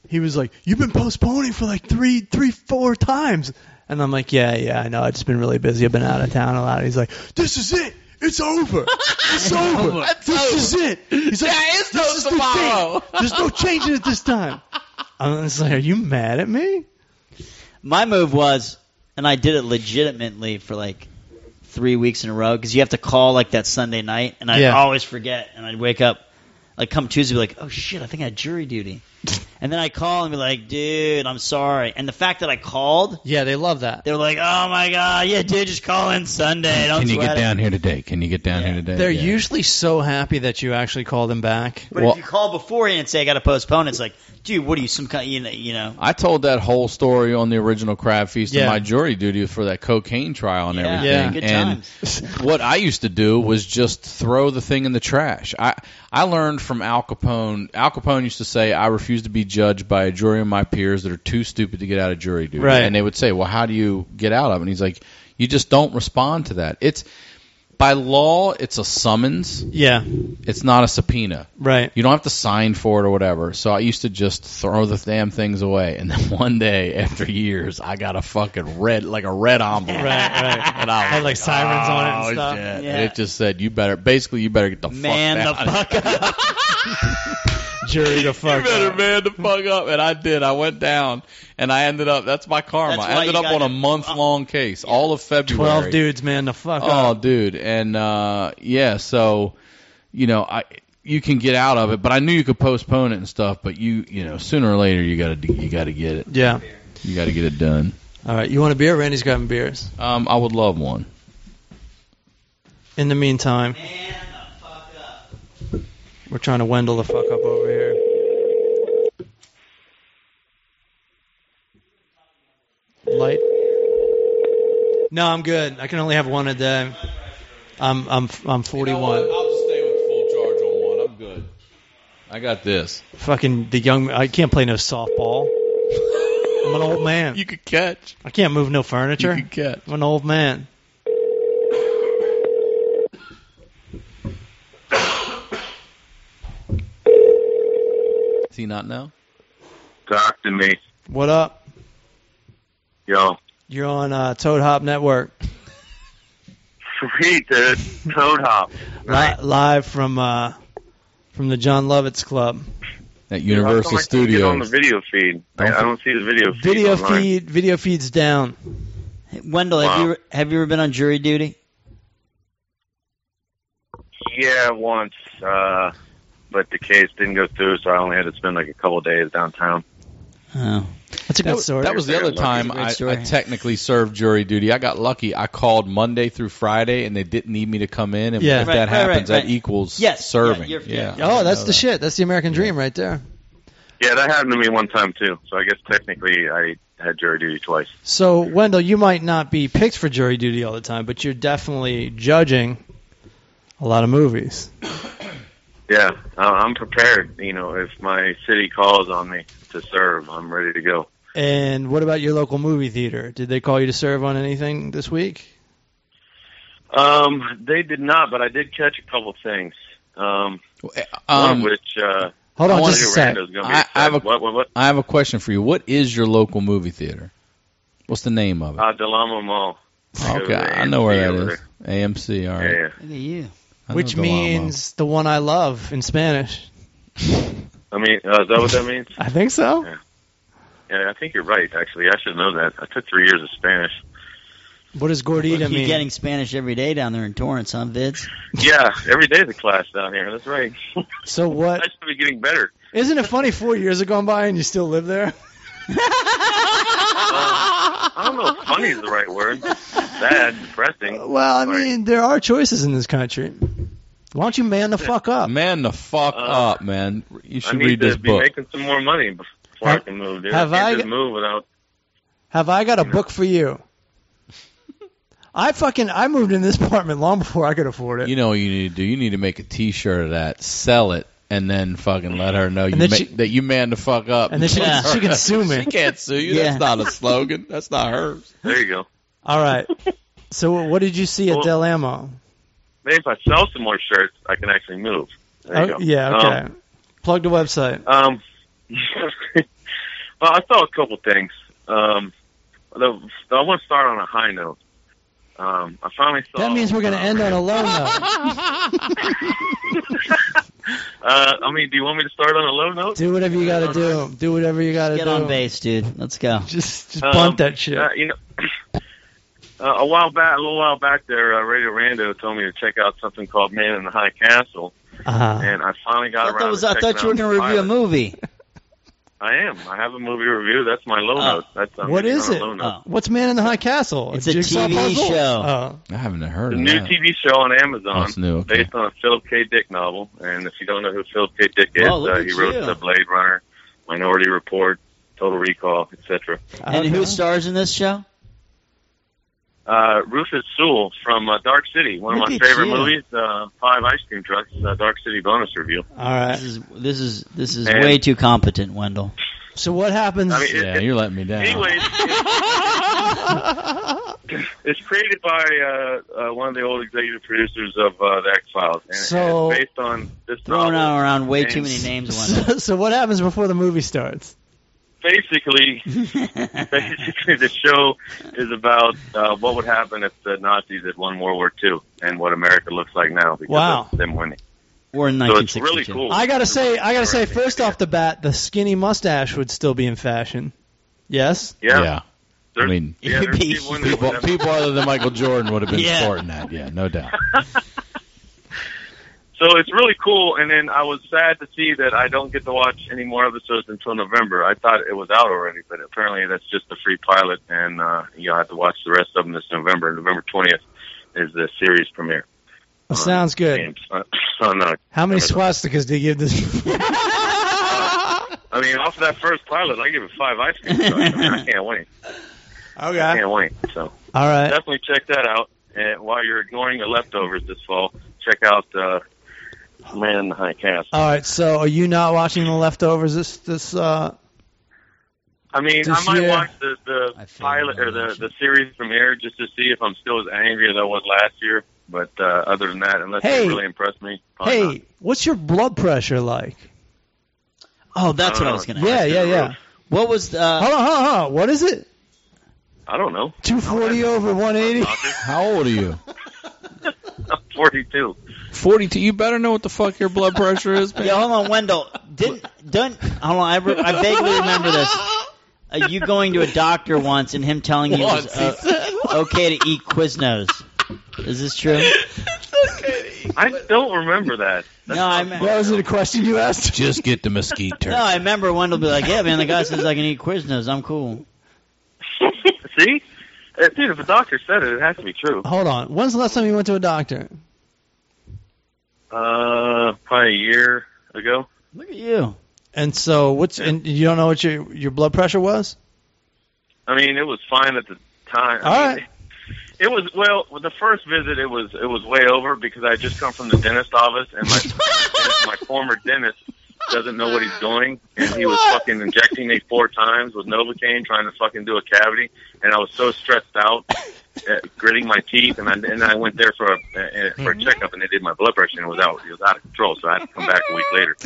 Speaker 8: he was like, "You've been postponing for like three, three, four times," and I'm like, "Yeah, yeah, I know. I've just been really busy. I've been out of town a lot." He's like, "This is it." It's over. It's over. this is it. He's like,
Speaker 6: There is no
Speaker 8: "This is the thing.
Speaker 6: tomorrow."
Speaker 8: There's no changing it this time. I'm just like, are you mad at me?
Speaker 2: My move was, and I did it legitimately for like three weeks in a row because you have to call like that Sunday night, and I would
Speaker 8: Yeah.
Speaker 2: always forget, and I'd wake up like come Tuesday, be like, oh shit, I think I had jury duty, and then I call and be like, dude, I'm sorry, and the fact that I called,
Speaker 8: Yeah, they love that.
Speaker 2: they were like, oh my god, yeah, dude, just call in Sunday. Don't
Speaker 6: Can you
Speaker 2: sweat
Speaker 6: get
Speaker 2: it."
Speaker 6: down here today? Can you get down here today?
Speaker 8: They're
Speaker 6: Yeah.
Speaker 8: usually so happy that you actually call them back.
Speaker 2: But
Speaker 6: Well-
Speaker 2: if you call beforehand and say I got to postpone, it's like, dude, what are you some kind? You know, you know.
Speaker 6: I told that whole story on the original Crab Feast
Speaker 8: Yeah.
Speaker 6: and my jury duty for that cocaine trial and
Speaker 2: Yeah,
Speaker 8: yeah,
Speaker 6: everything.
Speaker 2: good
Speaker 6: and what I used to do was just throw the thing in the trash. I I learned from Al Capone. Al Capone used to say, "I refuse to be judged by a jury of my peers that are too stupid to get out of jury duty."
Speaker 8: Right.
Speaker 6: And they would say, "Well, how do you get out of?" it? And he's like, "You just don't respond to that. It's by law, it's a summons.
Speaker 8: Yeah,
Speaker 6: It's not a subpoena."
Speaker 8: right.
Speaker 6: You don't have to sign for it or whatever. So I used to just throw the damn things away. And then one day, after years, I got a fucking red, like a red envelope.
Speaker 8: Right, right.
Speaker 6: And I was
Speaker 8: Had, like, sirens on it and
Speaker 6: "Oh,
Speaker 8: stuff."
Speaker 6: shit." And
Speaker 2: Yeah.
Speaker 6: it just said, you better, basically, you better get the
Speaker 2: Man,
Speaker 6: fuck
Speaker 2: the
Speaker 6: out of here.
Speaker 2: fuck up.
Speaker 8: Jury to
Speaker 6: You
Speaker 8: fuck.
Speaker 6: better
Speaker 8: up.
Speaker 6: man the fuck up, and I did. I went down, and I ended up. That's my karma.
Speaker 2: That's
Speaker 6: I
Speaker 2: why
Speaker 6: ended
Speaker 2: you
Speaker 6: up
Speaker 2: got
Speaker 6: on a
Speaker 2: to-
Speaker 6: month long case, all of February.
Speaker 8: Twelve dudes, man, the fuck
Speaker 6: Oh,
Speaker 8: up.
Speaker 6: dude, and uh, yeah, so you know, I you can get out of it, but I knew you could postpone it and stuff. But you, you know, sooner or later, you gotta do- you gotta get it.
Speaker 8: Yeah.
Speaker 6: You gotta get it done.
Speaker 8: All right. You want a beer? Randy's grabbing beers.
Speaker 6: Um, I would love one.
Speaker 8: In the meantime,
Speaker 2: Man, the fuck up.
Speaker 8: we're trying to Wendell the fuck up over here. Light. No, I'm good. I can only have one a day. I'm I'm I'm 41.
Speaker 6: I'll just stay with full charge on one. I'm good. I got this.
Speaker 8: Fucking the young. I can't play no softball. I'm an old man.
Speaker 6: You could catch.
Speaker 8: I can't move no furniture.
Speaker 6: You could catch.
Speaker 8: I'm an old man.
Speaker 6: Does he not know?
Speaker 5: Talk to me,
Speaker 8: What up?
Speaker 5: yo.
Speaker 8: You're on uh, Toad Hop Network,
Speaker 5: Sweet dude, Toad Hop.
Speaker 8: Li- live from uh, from the John Lovitz Club.
Speaker 6: At
Speaker 5: How come
Speaker 6: Universal
Speaker 5: I can't get on the
Speaker 6: Studios.
Speaker 5: video feed. I, I don't see the video feed.
Speaker 8: Video
Speaker 5: online.
Speaker 8: feed, video feeds down.
Speaker 2: Hey, Wendell, have
Speaker 5: Wow.
Speaker 2: you have you ever been on jury duty?
Speaker 5: Yeah, once, uh, but the case didn't go through, so I only had to spend like a couple days downtown.
Speaker 2: Oh,
Speaker 8: That's a good story.
Speaker 6: That was the other
Speaker 5: Lucky.
Speaker 6: time
Speaker 2: Great
Speaker 6: I, I
Speaker 2: story.
Speaker 6: technically served jury duty. I got lucky. I called Monday through Friday, and they didn't need me to come in. And
Speaker 8: Yeah.
Speaker 6: if
Speaker 2: Right,
Speaker 6: that
Speaker 2: right,
Speaker 6: happens,
Speaker 2: right,
Speaker 6: that
Speaker 2: right.
Speaker 6: equals
Speaker 2: Yes, yeah,
Speaker 6: serving.
Speaker 2: you're-
Speaker 6: yeah.
Speaker 2: yeah.
Speaker 8: Oh, that's the shit. That's the American dream right there.
Speaker 5: Yeah, that happened to me one time too. So I guess technically I had jury duty twice.
Speaker 8: So, Wendell, you might not be picked for jury duty all the time, but you're definitely judging a lot of movies.
Speaker 5: Yeah, uh, I'm prepared. You know, if my city calls on me to serve, I'm ready to go.
Speaker 8: And what about your local movie theater? Did they call you to serve on anything this week?
Speaker 5: Um, they did not, but I did catch a couple things.
Speaker 11: Um, one
Speaker 6: um,
Speaker 11: of which uh,
Speaker 6: Hold on
Speaker 11: one
Speaker 6: just
Speaker 11: of
Speaker 6: a
Speaker 11: you
Speaker 6: sec.
Speaker 11: randos is gonna be
Speaker 6: I, I have a,
Speaker 11: excited. what, what, what?
Speaker 6: I have a question for you. What is your local movie theater? What's the name of it?
Speaker 11: Uh, Delamo Mall. Go
Speaker 6: okay,
Speaker 11: there
Speaker 6: I
Speaker 11: and
Speaker 6: know where
Speaker 11: see
Speaker 6: that
Speaker 11: over
Speaker 6: is. AMC. All right.
Speaker 11: there.
Speaker 2: Look at you.
Speaker 6: I know
Speaker 8: Which
Speaker 6: Delamo.
Speaker 8: means the one I love in Spanish.
Speaker 11: I mean, uh, is that what that means?
Speaker 8: I think so.
Speaker 11: Yeah, I think you're right. Actually, I should know that. I took three years of Spanish.
Speaker 8: What does gordita
Speaker 2: You're
Speaker 8: mean?
Speaker 2: getting Spanish every day down there in Torrance, huh, Vids?
Speaker 11: Yeah, every day the class down here. That's right.
Speaker 8: So what?
Speaker 11: I should be getting better.
Speaker 8: Isn't it funny? Four years have gone by and you still live there.
Speaker 11: I don't know if funny is the right word. Sad, depressing.
Speaker 8: Uh, Well, I mean, there are choices in this country. Why don't you man the fuck up?
Speaker 6: Man the fuck up, man. You
Speaker 11: I
Speaker 6: should
Speaker 11: need
Speaker 6: read
Speaker 11: to
Speaker 6: this
Speaker 11: be
Speaker 6: book.
Speaker 11: making some more money before I
Speaker 8: Have-
Speaker 11: can move. Dude.
Speaker 8: have
Speaker 11: I can't
Speaker 8: I
Speaker 11: just move without.
Speaker 8: Have I got a book for you? I fucking I moved in this apartment long before I could afford it.
Speaker 6: You know what you need to do? You need to make a T-shirt of that, sell it, and then fucking let her know you
Speaker 8: then
Speaker 6: ma-
Speaker 8: she-
Speaker 6: that you man the fuck up.
Speaker 8: And then she can- she can sue me.
Speaker 6: She can't sue you.
Speaker 8: Yeah.
Speaker 6: That's not a slogan. That's not hers.
Speaker 11: There you go.
Speaker 8: All right. So what did you see at
Speaker 11: Well,
Speaker 8: Del Amo?
Speaker 11: Maybe if I sell some more shirts, I can actually move. There you
Speaker 8: Oh,
Speaker 11: go.
Speaker 8: yeah.
Speaker 11: Um,
Speaker 8: Okay. Plug the website.
Speaker 11: Um, well, I saw a couple things. Um, the, the, I want to start on a high note. Um, I finally saw.
Speaker 8: That means we're gonna end on a low note.
Speaker 11: Uh, I mean, do you want me to start on a low note?
Speaker 8: Do whatever you gotta do. Do whatever you gotta
Speaker 2: Get
Speaker 8: do.
Speaker 2: on base, dude. Let's go.
Speaker 8: Just just
Speaker 11: Um,
Speaker 8: bump that shit.
Speaker 11: uh, you know, uh, a while back, a little while back, there, uh, Radio Rando told me to check out something called Man in the High Castle,
Speaker 8: Uh-huh.
Speaker 11: and I finally got
Speaker 2: I thought,
Speaker 11: around.
Speaker 2: was-
Speaker 11: to
Speaker 2: I
Speaker 11: checking
Speaker 2: thought you were
Speaker 11: out
Speaker 2: going
Speaker 11: the
Speaker 2: to review a
Speaker 11: pilot.
Speaker 2: movie.
Speaker 11: I am. I have a movie review. That's my low
Speaker 2: Oh.
Speaker 11: note. That's I'm
Speaker 8: Uh, What
Speaker 11: getting
Speaker 8: is
Speaker 11: on a
Speaker 8: it?
Speaker 11: Low note.
Speaker 2: Oh.
Speaker 8: What's Man in the High Castle?
Speaker 2: It's a
Speaker 8: jigsaw
Speaker 2: TV
Speaker 8: puzzle?
Speaker 2: show.
Speaker 8: Oh.
Speaker 6: I haven't heard
Speaker 11: The
Speaker 6: of
Speaker 11: new
Speaker 6: that.
Speaker 11: TV show on
Speaker 6: Oh,
Speaker 11: Amazon.
Speaker 6: it's new. Okay.
Speaker 11: based on a Philip K. Dick novel. And if you don't know who Philip K. Dick is,
Speaker 2: Wow, Oh, look
Speaker 11: uh,
Speaker 2: at
Speaker 11: he wrote
Speaker 2: you.
Speaker 11: The Blade Runner, Minority Report, Total Recall, etc.
Speaker 2: And
Speaker 8: Okay.
Speaker 2: who stars in this show?
Speaker 11: Uh, Rufus Sewell from uh, Dark City, one
Speaker 2: Look
Speaker 11: of my
Speaker 2: at
Speaker 11: favorite
Speaker 2: you.
Speaker 11: movies, uh, Five Ice Cream Trucks, uh, Dark City bonus review.
Speaker 8: All right.
Speaker 2: This is this is this is
Speaker 11: And-
Speaker 2: way too competent, Wendell.
Speaker 8: So what happens?
Speaker 11: I mean, it-
Speaker 6: Yeah, you're letting me down.
Speaker 11: Anyways, it's- it's created by uh, uh, one of the old executive producers of uh, The X Files, and
Speaker 8: So-
Speaker 11: it's based on this
Speaker 2: Throwing
Speaker 11: novel.
Speaker 2: out around way too
Speaker 11: And
Speaker 2: many names, Wendell.
Speaker 8: so, so what happens before the movie starts?
Speaker 11: Basically, basically the show is about uh, what would happen if the Nazis had won World War II and what America looks like now because
Speaker 8: Wow.
Speaker 11: of them winning.
Speaker 2: We're in
Speaker 11: So it's
Speaker 2: 1962.
Speaker 11: really cool.
Speaker 8: I gotta say, I gotta say,
Speaker 11: Right.
Speaker 8: first off the bat, the skinny mustache would still be in fashion. Yes.
Speaker 11: yeah,
Speaker 6: I
Speaker 11: there's-
Speaker 6: mean,
Speaker 11: yeah, there's
Speaker 2: It'd be-
Speaker 11: people in there
Speaker 6: people,
Speaker 11: with that-
Speaker 6: people other than Michael Jordan would have been
Speaker 2: Yeah.
Speaker 6: sporting that. Yeah, no doubt.
Speaker 11: So it's really cool. And then I was sad to see that I don't get to watch any more episodes until November. I thought it was out already, but apparently that's just a free pilot, and uh, you'll have to watch the rest of them this November. November twentieth is the series premiere.
Speaker 8: Well,
Speaker 11: Uh-huh.
Speaker 8: sounds good.
Speaker 11: And, uh, on, uh,
Speaker 8: How many
Speaker 11: Amazon.
Speaker 8: swastikas do you give this?
Speaker 11: I mean, off of that first pilot, I give it five ice cream trucks. I, mean, I can't wait. I
Speaker 8: okay.
Speaker 11: can't wait. So
Speaker 8: All right.
Speaker 11: definitely check that out. And while you're ignoring the leftovers this fall, check out uh, Man in the High Castle.
Speaker 8: All right. So are you not watching the leftovers? This this uh.
Speaker 11: I mean, I
Speaker 8: This
Speaker 11: might
Speaker 8: year-
Speaker 11: watch the, the
Speaker 2: I feel
Speaker 11: pilot
Speaker 2: that
Speaker 11: or the,
Speaker 2: emotion.
Speaker 11: the series premiere just to see if I'm still as angry as I was last year. But uh, other than that, unless
Speaker 8: Hey.
Speaker 11: they really impress me, probably
Speaker 8: Hey,
Speaker 11: not.
Speaker 8: what's your blood pressure like?
Speaker 2: Oh, that's what I
Speaker 11: Uh,
Speaker 2: was going to
Speaker 8: Yeah,
Speaker 2: ask.
Speaker 8: yeah, yeah.
Speaker 2: What was uh,
Speaker 8: Hold on, hold on, hold on. What is it?
Speaker 11: I don't know.
Speaker 8: Two forty over one eighty.
Speaker 6: How old are you?
Speaker 11: I'm 42.
Speaker 6: 42. You better know what the fuck your blood pressure is, man.
Speaker 2: yeah? Hold on, Wendell. Didn't don't hold on. I, re- I vaguely remember this. Uh, you going to a doctor once and him telling you it was uh,
Speaker 8: oh,
Speaker 2: okay to eat Quiznos. Is this true?
Speaker 11: I don't remember that.
Speaker 2: No, I me-
Speaker 8: What was it? A question you asked?
Speaker 6: Just get the mesquite turkey.
Speaker 2: no, I remember Wendell be like, "Yeah, man, the guy says I can eat Quiznos. I'm cool."
Speaker 11: see? Uh, Dude, if a doctor said it, it has to be true.
Speaker 8: Hold on. When's the last time you went to a doctor?
Speaker 11: Uh, probably a year ago.
Speaker 2: Look at you.
Speaker 8: And so what's and you don't know what your your blood pressure was?
Speaker 11: I mean, it was fine at the time. I
Speaker 8: All
Speaker 11: mean,
Speaker 8: right.
Speaker 11: It was well. with The first visit, it was it was way over because I had just come from the dentist office, and my my former dentist doesn't know what he's doing, and he was fucking injecting me four times with Novocaine, trying to fucking do a cavity, and I was so stressed out, uh, gritting my teeth, and I, and I went there for a uh, for a checkup, and they did my blood pressure, and it was out it was out of control, so I had to come back a week later.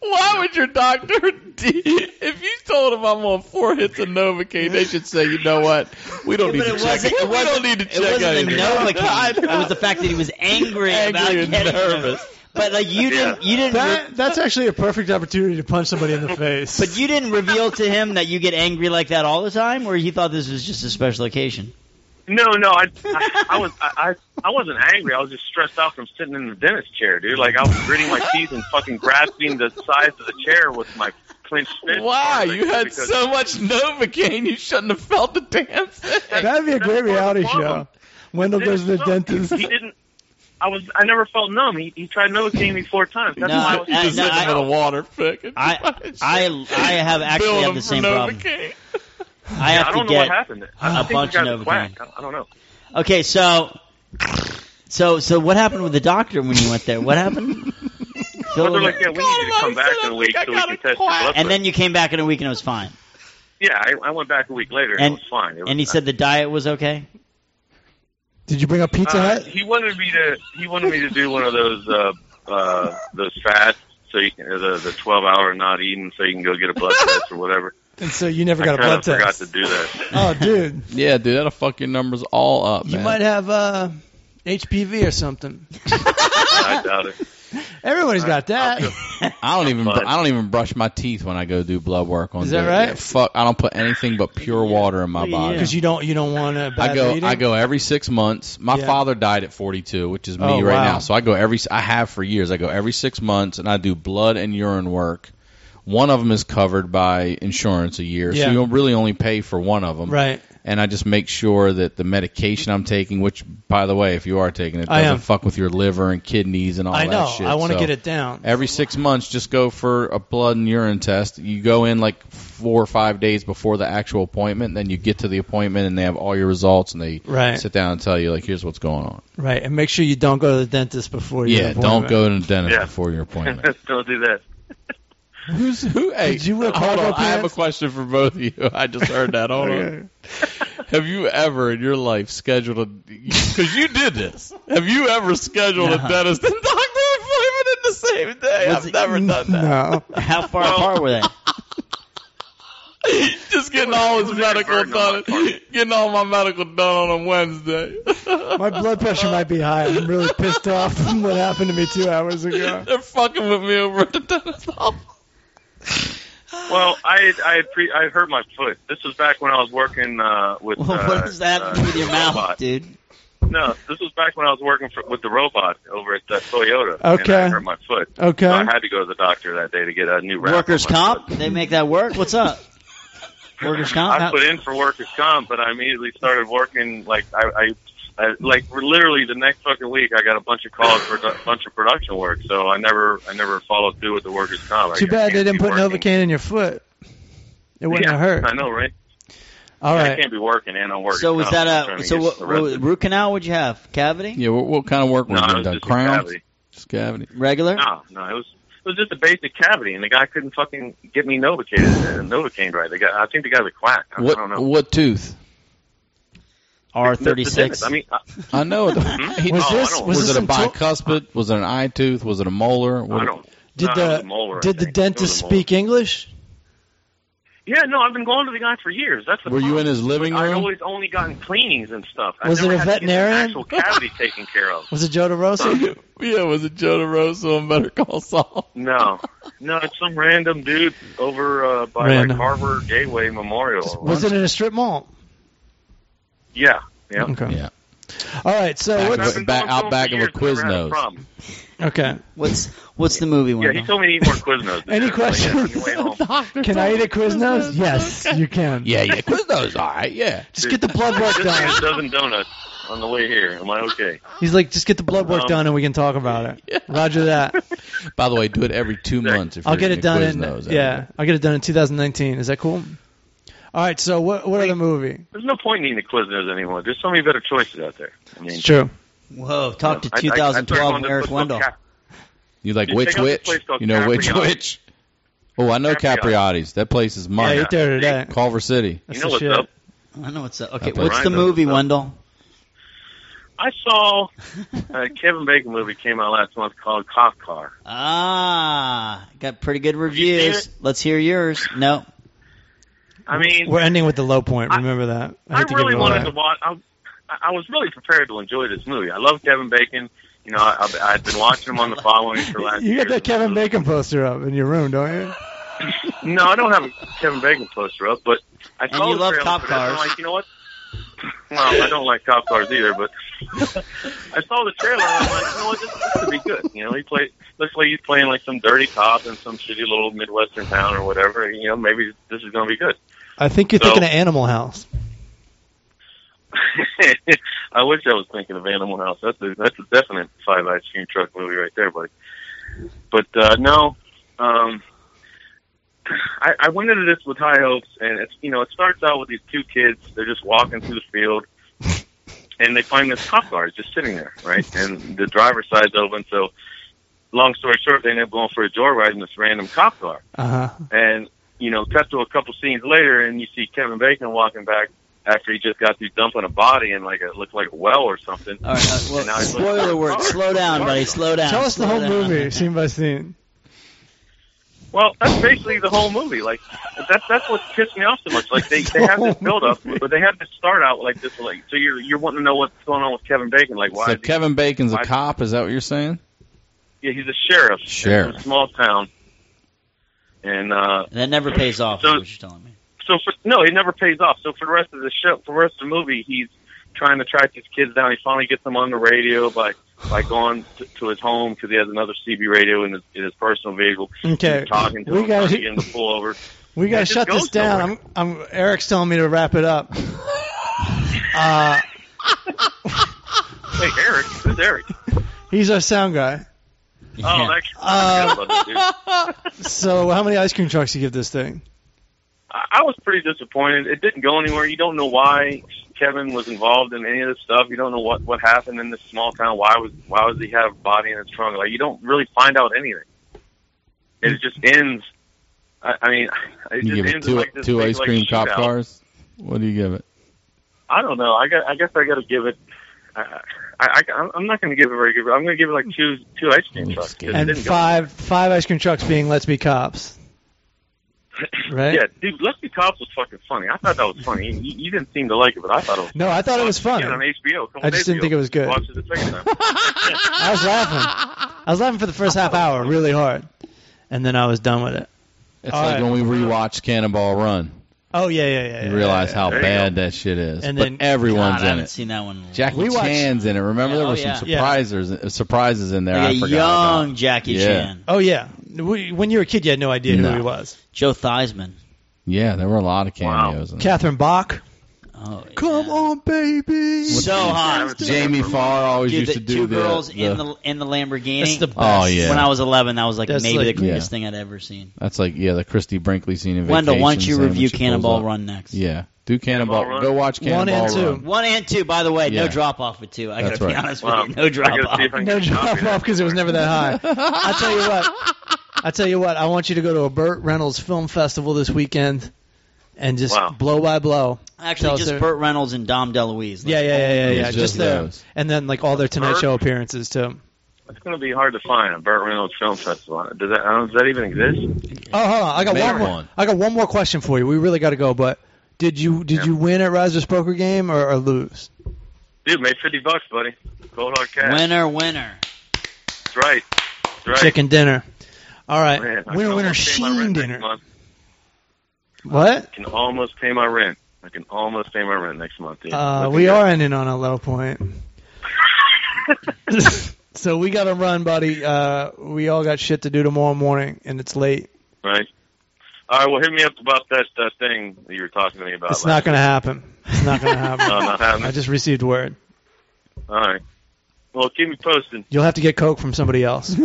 Speaker 12: Why would your doctor? D- if you told him I'm on four hits of Novocaine, they should say, you know what? We don't
Speaker 2: Yeah,
Speaker 12: need
Speaker 2: but
Speaker 12: to
Speaker 2: it
Speaker 12: check.
Speaker 2: wasn't- it
Speaker 12: we don't
Speaker 2: wasn't-
Speaker 12: need to
Speaker 2: it
Speaker 12: check
Speaker 2: wasn't the
Speaker 12: anything.
Speaker 2: Novocaine. It was the fact that he was angry, about
Speaker 12: Angry and
Speaker 2: getting
Speaker 12: nervous.
Speaker 2: But like you didn't, you didn't. re-
Speaker 8: That, that's actually a perfect opportunity to punch somebody in the face.
Speaker 2: but you didn't reveal to him that you get angry like that all the time, or he thought this was just a special occasion.
Speaker 11: No, no, I, I, I was, I, I, I wasn't angry. I was just stressed out from sitting in the dentist chair, dude. Like I was gritting my teeth and fucking grasping the sides of the chair with my clenched fist.
Speaker 12: Wow,
Speaker 11: Like,
Speaker 12: you had
Speaker 11: because-
Speaker 12: so much Novocaine, you shouldn't have felt the damn thing.
Speaker 8: That'd be a great reality show. Wendell goes to the dentist.
Speaker 11: He didn't. I was. I never felt numb. He, he tried Novocaine me four times. That's
Speaker 2: No,
Speaker 11: why I was.
Speaker 2: uh,
Speaker 12: Just
Speaker 2: no,
Speaker 12: hit him
Speaker 2: I-
Speaker 12: with a water pick.
Speaker 2: I, I, I have actually
Speaker 12: Build
Speaker 2: have
Speaker 12: him
Speaker 2: the
Speaker 12: for
Speaker 2: same problem.
Speaker 12: Novocaine.
Speaker 2: I
Speaker 11: Yeah,
Speaker 2: have
Speaker 11: I don't
Speaker 2: to
Speaker 11: know
Speaker 2: get
Speaker 11: what happened. I
Speaker 2: a
Speaker 11: think
Speaker 2: bunch
Speaker 11: you
Speaker 2: of
Speaker 11: guys
Speaker 2: Novocaine.
Speaker 11: whacked. I, I don't know.
Speaker 2: Okay, so, so, so what happened with the doctor when you went there? What happened?
Speaker 11: Well,
Speaker 2: Fill
Speaker 11: they're
Speaker 2: in
Speaker 11: like,
Speaker 2: the-
Speaker 11: yeah, we need you to come back in a week so we can test your blood
Speaker 2: and
Speaker 11: pressure.
Speaker 2: then you came back in a week and it was fine.
Speaker 11: Yeah, I, I went back a week later and,
Speaker 2: And-
Speaker 11: it was fine. It was
Speaker 2: And he said the diet was okay.
Speaker 8: Did you bring up Pizza
Speaker 11: Uh,
Speaker 8: Hut?
Speaker 11: he wanted me to. He wanted me to do one of those uh, uh, those fasts, so you can, the the twelve hour not eating, so you can go get a blood test or whatever.
Speaker 8: And so you never got a
Speaker 11: I kind
Speaker 8: blood
Speaker 11: of forgot
Speaker 8: test.
Speaker 11: to do that.
Speaker 8: Oh, dude,
Speaker 6: Yeah, dude, that'll fuck your numbers all up,
Speaker 8: you
Speaker 6: man.
Speaker 8: might have uh, HPV or something.
Speaker 11: I doubt it.
Speaker 8: Everybody's got that.
Speaker 6: I don't even I don't even brush my teeth when I go do blood work on.
Speaker 8: Is that
Speaker 6: daily.
Speaker 8: right?
Speaker 6: Yeah, fuck, I don't put anything but pure water in my body.
Speaker 8: Because you don't you don't want a bad
Speaker 6: I go
Speaker 8: reading.
Speaker 6: I go every six months. My
Speaker 8: Yeah.
Speaker 6: father died at 42, which is me
Speaker 8: Oh,
Speaker 6: right
Speaker 8: wow.
Speaker 6: now. So I go every I have for years. I go every six months and I do blood and urine work. One of them is covered by insurance a year,
Speaker 8: Yeah.
Speaker 6: so you really only pay for one of them.
Speaker 8: Right.
Speaker 6: And I just make sure that the medication I'm taking, which by the way, if you are taking it,
Speaker 8: I
Speaker 6: doesn't
Speaker 8: am.
Speaker 6: fuck with your liver and kidneys and all
Speaker 8: I
Speaker 6: that
Speaker 8: know.
Speaker 6: shit.
Speaker 8: I want to
Speaker 6: So-
Speaker 8: get it down.
Speaker 6: Every six months, just go for a blood and urine test. You go in like four or five days before the actual appointment, then you get to the appointment and they have all your results and they
Speaker 8: Right.
Speaker 6: sit down and tell you like, here's what's going on.
Speaker 8: Right, and make sure you don't go to the dentist before you.
Speaker 6: yeah, don't go to the dentist
Speaker 11: Yeah.
Speaker 6: before your appointment.
Speaker 11: don't do that.
Speaker 6: Who's who? Hey,
Speaker 8: Did you wear
Speaker 6: hold
Speaker 8: cargo
Speaker 6: on. I have a
Speaker 8: pants?
Speaker 6: question for both of you. I just heard that. Hold on. Have you ever in your life scheduled a? Because you did this. Have you ever scheduled a
Speaker 2: No.
Speaker 6: dentist and doctor appointment in the same day?
Speaker 2: Was
Speaker 6: I've
Speaker 2: it-
Speaker 6: never done that.
Speaker 8: No,
Speaker 2: How far apart were they?
Speaker 6: Just getting all his medical done, getting all my medical done on a Wednesday.
Speaker 8: my blood pressure might be high. I'm really pissed off from what happened to me two hours ago.
Speaker 6: They're fucking with me over at the dentist office.
Speaker 11: Well, I had- I had pre- I hurt my foot. This was back when I was working uh, with.
Speaker 2: Well,
Speaker 11: uh,
Speaker 2: what does that have
Speaker 11: uh,
Speaker 2: to do with your mouth,
Speaker 11: robot.
Speaker 2: dude?
Speaker 11: No, this was back when I was working for, with the robot over at uh, Toyota. And I
Speaker 8: Okay.
Speaker 11: hurt my foot.
Speaker 8: Okay.
Speaker 11: So I had to go to the doctor that day to get a new wrap. on
Speaker 2: Workers
Speaker 11: my
Speaker 2: comp? They make that work? What's up? Workers comp?
Speaker 11: I
Speaker 2: How-
Speaker 11: put in for workers comp, but I immediately started working. Like I, I, I like literally the next fucking week, I got a bunch of calls for a bunch of production work. So I never, I never followed through with the workers comp. I
Speaker 8: Too bad
Speaker 11: can't
Speaker 8: they didn't
Speaker 11: be
Speaker 8: put
Speaker 11: working.
Speaker 8: Novocaine in your foot. It wouldn't
Speaker 11: Yeah,
Speaker 8: have hurt.
Speaker 11: I know, right?
Speaker 8: All
Speaker 11: Yeah, I
Speaker 8: right.
Speaker 11: can't be working and I'm working.
Speaker 2: so was
Speaker 11: comp. I'm
Speaker 2: that
Speaker 11: trying
Speaker 2: a
Speaker 11: to
Speaker 2: so
Speaker 11: get
Speaker 2: what,
Speaker 11: arrested.
Speaker 2: what root canal? Would you have cavity?
Speaker 6: Yeah, what, what kind of work was
Speaker 11: no, it
Speaker 6: being
Speaker 11: was
Speaker 6: done?
Speaker 11: just a
Speaker 6: Crowns,
Speaker 11: cavity.
Speaker 6: just cavity.
Speaker 2: Regular?
Speaker 11: No, no, it was it was just a basic cavity, and the guy couldn't fucking get me novocated, uh, novocaine right. The guy, I think the guy's a quack. I, I don't
Speaker 6: What
Speaker 11: know.
Speaker 6: what tooth?
Speaker 2: R
Speaker 11: The- the
Speaker 2: thirty six.
Speaker 11: dentist, I mean, I,
Speaker 6: I know. it- he-
Speaker 8: Was
Speaker 11: Oh, I
Speaker 8: this
Speaker 11: don't-
Speaker 8: was,
Speaker 6: was,
Speaker 8: this
Speaker 6: it a
Speaker 8: some to-
Speaker 6: bicuspid? was it an eye tooth? Was it a molar? What-
Speaker 11: I don't.
Speaker 8: Did
Speaker 11: no, it was
Speaker 8: the
Speaker 11: a molar, I
Speaker 8: did the
Speaker 11: think. It was a
Speaker 8: dentist
Speaker 11: molar.
Speaker 8: speak English?
Speaker 11: Yeah, no, I've been going to the guy for years. That's the
Speaker 6: Were you
Speaker 11: problem.
Speaker 6: in his living
Speaker 11: I've
Speaker 6: room?
Speaker 11: always only gotten cleanings and stuff. I
Speaker 8: Was
Speaker 11: never
Speaker 8: it a
Speaker 11: had to get an
Speaker 8: veterinarian?
Speaker 11: Actual cavity taken care of.
Speaker 8: Was it Joe DeRosa?
Speaker 6: Yeah, was it Joe DeRosa on Better Call Saul?
Speaker 11: No, no, it's some random dude over uh, by
Speaker 8: Random.
Speaker 11: like Harbor Gateway Memorial. or
Speaker 8: was it in a strip mall?
Speaker 11: Yeah, yeah.
Speaker 8: Okay.
Speaker 6: Yeah.
Speaker 8: All right. So
Speaker 6: Back,
Speaker 11: I've
Speaker 8: what's
Speaker 11: been
Speaker 6: back-
Speaker 11: going
Speaker 6: out
Speaker 11: for
Speaker 6: back of a
Speaker 11: years, never had
Speaker 6: Quiznos.
Speaker 11: problem.
Speaker 8: okay?
Speaker 2: What's what's the movie
Speaker 11: Yeah,
Speaker 2: one?
Speaker 11: he told me to eat more Quiznos.
Speaker 8: Any questions?
Speaker 11: Like, yeah, on your way home.
Speaker 8: Can I eat a Quiznos? Yes, you can.
Speaker 6: Yeah, yeah, Quiznos, all right, yeah.
Speaker 8: Just get the blood work
Speaker 11: Just
Speaker 8: done.
Speaker 11: ate a dozen donuts on the way here. Am I okay?
Speaker 8: He's like, just get the blood work
Speaker 11: Um,
Speaker 8: done and we can talk about it. Roger that.
Speaker 6: By the way, do it every two months. If
Speaker 8: I'll
Speaker 6: you're
Speaker 8: get it
Speaker 6: eating
Speaker 8: done in
Speaker 6: Quiznos,
Speaker 8: yeah. I'll get it done in 2019. Is that cool? All right. So what what other movie?
Speaker 11: There's no point in eating the Quiznos anymore. There's so many better choices out there. I mean,
Speaker 8: It's true.
Speaker 2: Whoa, talk
Speaker 11: you know,
Speaker 2: to
Speaker 11: I- I- I started
Speaker 2: 2012
Speaker 11: going to this
Speaker 2: Eric
Speaker 11: place called
Speaker 2: Wendell.
Speaker 11: Cap-
Speaker 6: You like
Speaker 11: You
Speaker 6: which
Speaker 11: check out this
Speaker 6: which?
Speaker 11: place called
Speaker 6: You know which
Speaker 11: Capriano.
Speaker 6: which? Oh, I know Capriotti's. That place is mine.
Speaker 8: Yeah, I ate there today.
Speaker 6: Culver City.
Speaker 11: You know what's up?
Speaker 2: I know what's up. Okay,
Speaker 6: Up
Speaker 2: what's
Speaker 6: there.
Speaker 2: the movie, Wendell?
Speaker 11: I saw a Kevin Bacon movie came out last month called Cop Car.
Speaker 2: Ah, got pretty good
Speaker 11: you seen
Speaker 2: reviews. Let's hear yours. No,
Speaker 11: I mean,
Speaker 8: We're ending with the low point. Remember that. I,
Speaker 11: I,
Speaker 8: hate to
Speaker 11: really
Speaker 8: give it
Speaker 11: wanted to
Speaker 8: away.
Speaker 11: watch. I, I was really prepared to enjoy this movie. I love Kevin Bacon. You know, I, I, I've been watching him on the following for last.
Speaker 8: You got that Kevin Bacon poster up in your room, don't you?
Speaker 11: No, I don't have a Kevin Bacon poster up, but I saw
Speaker 2: you
Speaker 11: the
Speaker 2: love
Speaker 11: trailer
Speaker 2: cop
Speaker 11: for this, and I'm
Speaker 2: cars.
Speaker 11: like, you know what? Well, I don't like cop cars either, but I saw the trailer. and I'm like, you know what? This, this could be good. You know, he play looks like he's playing like some dirty cop in some shitty little midwestern town or whatever. You know, maybe this is gonna be good.
Speaker 8: I think you're
Speaker 11: So-
Speaker 8: thinking of Animal House.
Speaker 11: I wish I was thinking of Animal House. That's a, that's a definite five ice cream truck movie right there, buddy. But uh, no, um, I, I went into this with high hopes, and it's you know it starts out with these two kids. They're just walking through the field, and they find this cop car just sitting there, right? And the driver's side's open, so. Long story short, they end up going for a joyride in this random cop car.
Speaker 8: Uh huh.
Speaker 11: And, you know, cut to a couple scenes later and you see Kevin Bacon walking back after he just got through dumping a body in like a, it looked like a well or something.
Speaker 2: All right. Uh,
Speaker 11: And now
Speaker 2: well,
Speaker 11: he's looking for
Speaker 2: spoiler
Speaker 11: a
Speaker 2: word.
Speaker 11: car.
Speaker 2: Slow down, buddy. Slow down.
Speaker 8: Tell us the
Speaker 2: Slow
Speaker 8: whole
Speaker 2: down.
Speaker 8: movie, scene by scene.
Speaker 11: Well, that's basically the whole movie. Like that's that's what pissed me off so much. Like they, they have this build up, but they have to start out like this. Like so, you're you're wanting to know what's going on with Kevin Bacon. Like why?
Speaker 6: So
Speaker 11: is he-
Speaker 6: Kevin Bacon's
Speaker 11: why-
Speaker 6: a cop. Is that what you're saying?
Speaker 11: Yeah, he's a sheriff.
Speaker 6: Sheriff.
Speaker 11: in a small town. And uh,
Speaker 2: That never pays off.
Speaker 11: So-
Speaker 2: is what you're telling me.
Speaker 11: so for no, it never pays off. So for the rest of the show, for the rest of the movie, he's trying to track these kids down. He finally gets them on the radio by by going to, to his home because he has another CB radio in his, in his personal vehicle.
Speaker 8: Okay.
Speaker 11: He's talking to
Speaker 8: We
Speaker 11: him,
Speaker 8: gotta-
Speaker 11: trying to get him to pull over.
Speaker 8: We gotta
Speaker 11: It just
Speaker 8: shut this
Speaker 11: goes
Speaker 8: down. I'm, I'm Eric's telling me to wrap it up. uh,
Speaker 11: Hey, Eric, who's Eric?
Speaker 8: he's our sound guy.
Speaker 11: Oh, that,
Speaker 8: Uh,
Speaker 11: I forgot about that dude.
Speaker 8: So, how many ice cream trucks you give this thing?
Speaker 11: I I was pretty disappointed. It didn't go anywhere. You don't know why Kevin was involved in any of this stuff. You don't know what what happened in this small town. Why was why was he have a body in his trunk? Like you don't really find out anything. It just ends. I, I mean, it
Speaker 6: You
Speaker 11: just
Speaker 6: give it
Speaker 11: ends
Speaker 6: two,
Speaker 11: like this
Speaker 6: two
Speaker 11: big,
Speaker 6: ice
Speaker 11: like,
Speaker 6: cream cop
Speaker 11: shootout.
Speaker 6: cars. What do you give it?
Speaker 11: I don't know. I got. I guess I got to give it. I, I, I, I'm not going to give it very good. I'm going to give it like two two ice cream trucks. 'cause it
Speaker 8: And
Speaker 11: didn't go
Speaker 8: five five ice cream trucks being let's be cops. Right?
Speaker 11: Yeah, dude, Let's Be Cops was fucking funny. I thought that was funny. You, you didn't seem to like it, but I thought it was.
Speaker 8: No, I thought it was
Speaker 11: Watched again
Speaker 8: funny.
Speaker 11: on HBO. a couple
Speaker 8: I just
Speaker 11: days
Speaker 8: didn't think
Speaker 11: ago.
Speaker 8: it was good.
Speaker 11: Watched it the second time.
Speaker 8: I was laughing. I was laughing for the first half hour really hard, and then I was done with it.
Speaker 6: It's
Speaker 8: All
Speaker 6: like
Speaker 8: right.
Speaker 6: when we rewatched Cannonball Run.
Speaker 8: Oh yeah, yeah, yeah.
Speaker 6: You
Speaker 8: yeah,
Speaker 6: realize
Speaker 8: yeah,
Speaker 6: how
Speaker 8: yeah.
Speaker 6: bad that shit is.
Speaker 8: And then-
Speaker 6: but everyone's
Speaker 2: God, I
Speaker 6: in
Speaker 2: haven't
Speaker 6: it.
Speaker 2: seen that one. in a
Speaker 6: Jackie
Speaker 8: We watched-
Speaker 6: Chan's in it. Remember
Speaker 2: Yeah,
Speaker 6: there
Speaker 2: oh,
Speaker 6: were
Speaker 2: yeah.
Speaker 6: some
Speaker 8: Yeah.
Speaker 6: surprises surprises in there. I
Speaker 2: Like a
Speaker 6: forgot
Speaker 2: young
Speaker 6: about.
Speaker 2: Jackie
Speaker 6: Yeah.
Speaker 2: Chan.
Speaker 8: Oh yeah. We- When you were a kid, you had no idea
Speaker 6: No.
Speaker 8: who he was.
Speaker 2: Joe Theismann.
Speaker 6: Yeah, there were a lot of cameos. In there.
Speaker 8: Catherine Bach.
Speaker 2: Oh,
Speaker 8: Come
Speaker 2: yeah.
Speaker 8: on, baby.
Speaker 2: So hot.
Speaker 6: Jamie Farr always
Speaker 2: Dude,
Speaker 6: used
Speaker 2: the
Speaker 6: to do
Speaker 2: two
Speaker 6: the,
Speaker 2: girls
Speaker 6: the-
Speaker 2: in the in the Lamborghini.
Speaker 8: That's the best.
Speaker 6: Oh yeah,
Speaker 2: When I was 11, that was like
Speaker 8: That's
Speaker 2: maybe
Speaker 8: like-
Speaker 2: the greatest
Speaker 6: Yeah.
Speaker 2: thing I'd ever seen.
Speaker 6: that's like yeah the Christy Brinkley scene in
Speaker 2: Wendell, why don't
Speaker 6: Vacation,
Speaker 2: you
Speaker 6: the same
Speaker 2: review
Speaker 6: when she pulls
Speaker 2: Cannonball
Speaker 6: up.
Speaker 2: Run next?
Speaker 6: Yeah, do Cannonball.
Speaker 11: Cannonball Run.
Speaker 6: Go watch
Speaker 8: One and
Speaker 6: Cannonball
Speaker 8: two.
Speaker 6: Run.
Speaker 2: One and two, by the way, no
Speaker 6: Yeah.
Speaker 2: drop off with two. I
Speaker 6: That's
Speaker 2: gotta be
Speaker 6: right.
Speaker 2: honest
Speaker 11: Wow.
Speaker 2: with you, no
Speaker 11: I
Speaker 2: drop
Speaker 11: gotta see if I
Speaker 2: off.
Speaker 11: can
Speaker 8: No
Speaker 11: get a copy
Speaker 8: drop
Speaker 11: of that.
Speaker 8: off because it was never that high. I tell you what. I tell you what. I want you to go to a Burt Reynolds Film Festival this weekend, and just
Speaker 11: Wow.
Speaker 8: blow by blow. Tell
Speaker 2: Actually,
Speaker 8: us
Speaker 2: just
Speaker 8: their-
Speaker 2: Burt Reynolds and Dom DeLuise. Like,
Speaker 8: Yeah, yeah, yeah, yeah,
Speaker 6: It's
Speaker 8: yeah.
Speaker 6: just
Speaker 8: Just, there,
Speaker 6: those.
Speaker 8: and then like all their Tonight
Speaker 11: Burt?
Speaker 8: Show appearances too.
Speaker 11: It's going to be hard to find a Burt Reynolds Film Festival. Does that, I don't- does that even exist?
Speaker 8: Oh, hold on. I got
Speaker 6: Make
Speaker 8: one more.
Speaker 6: one.
Speaker 8: I got one more question for you. We really got to go, but did you did
Speaker 11: Yeah.
Speaker 8: you win at Riser's poker game or, or lose?
Speaker 11: Dude, made 50 bucks, buddy. Cold hard cash.
Speaker 2: Winner, winner.
Speaker 11: That's right. That's right. Oh,
Speaker 8: Chicken dinner. All right.
Speaker 11: Man, I can
Speaker 8: winner, winner,
Speaker 11: almost pay my
Speaker 8: sheen
Speaker 11: rent
Speaker 8: dinner.
Speaker 11: next month.
Speaker 8: What?
Speaker 11: I can almost pay my rent. I can almost pay my rent next month. Dude.
Speaker 8: Uh,
Speaker 11: Look
Speaker 8: we
Speaker 11: at
Speaker 8: are ending on a low point. so we got to run, buddy. Uh, we all got shit to do tomorrow morning, and it's late.
Speaker 11: that, Right. All right. Well, hit me up about that uh, thing that you were talking to me about.
Speaker 8: It's not going to happen. It's not going to happen.
Speaker 11: Oh, No, not happening.
Speaker 8: I just received word.
Speaker 11: All right. Well, keep me posted.
Speaker 8: You'll have to get coke from somebody else.
Speaker 6: You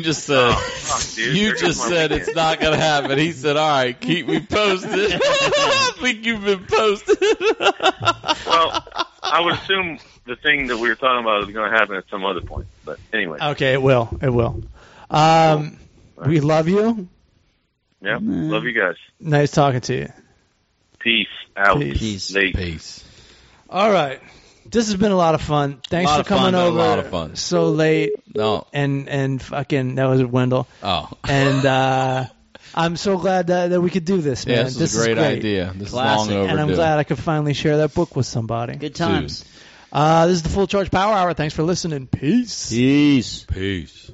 Speaker 6: just said
Speaker 11: Oh, Fuck, dude.
Speaker 6: Uh, you
Speaker 11: There goes
Speaker 6: just
Speaker 11: my
Speaker 6: said
Speaker 11: weekend.
Speaker 6: it's not gonna happen. He said, "All right, keep me posted." I think you've been posted.
Speaker 11: Well, I would assume the thing that we were talking about is going to happen at some
Speaker 8: Uh,
Speaker 11: other point. But anyway,
Speaker 8: Okay, it will. It will. Um, we love you.
Speaker 11: Yeah. Love you guys.
Speaker 8: Nice talking to you.
Speaker 11: Peace out.
Speaker 8: Peace.
Speaker 11: Late.
Speaker 6: Peace.
Speaker 8: All right. This has been a lot of fun. Thanks
Speaker 6: Lot
Speaker 8: for
Speaker 6: of fun,
Speaker 8: coming
Speaker 6: man, a
Speaker 8: over.
Speaker 6: lot of fun.
Speaker 8: So late.
Speaker 6: No.
Speaker 8: And and fucking that was Wendell.
Speaker 6: Oh.
Speaker 8: And uh I'm so glad that, that we could do this, man.
Speaker 6: Yeah, this is a great idea. This is Classic. long
Speaker 8: And I'm
Speaker 6: overdue.
Speaker 8: glad I could finally share that book with somebody. Good
Speaker 6: times.
Speaker 8: Uh, this is the Full Charge Power Hour. Thanks for listening. Peace.
Speaker 2: Peace.
Speaker 6: Peace.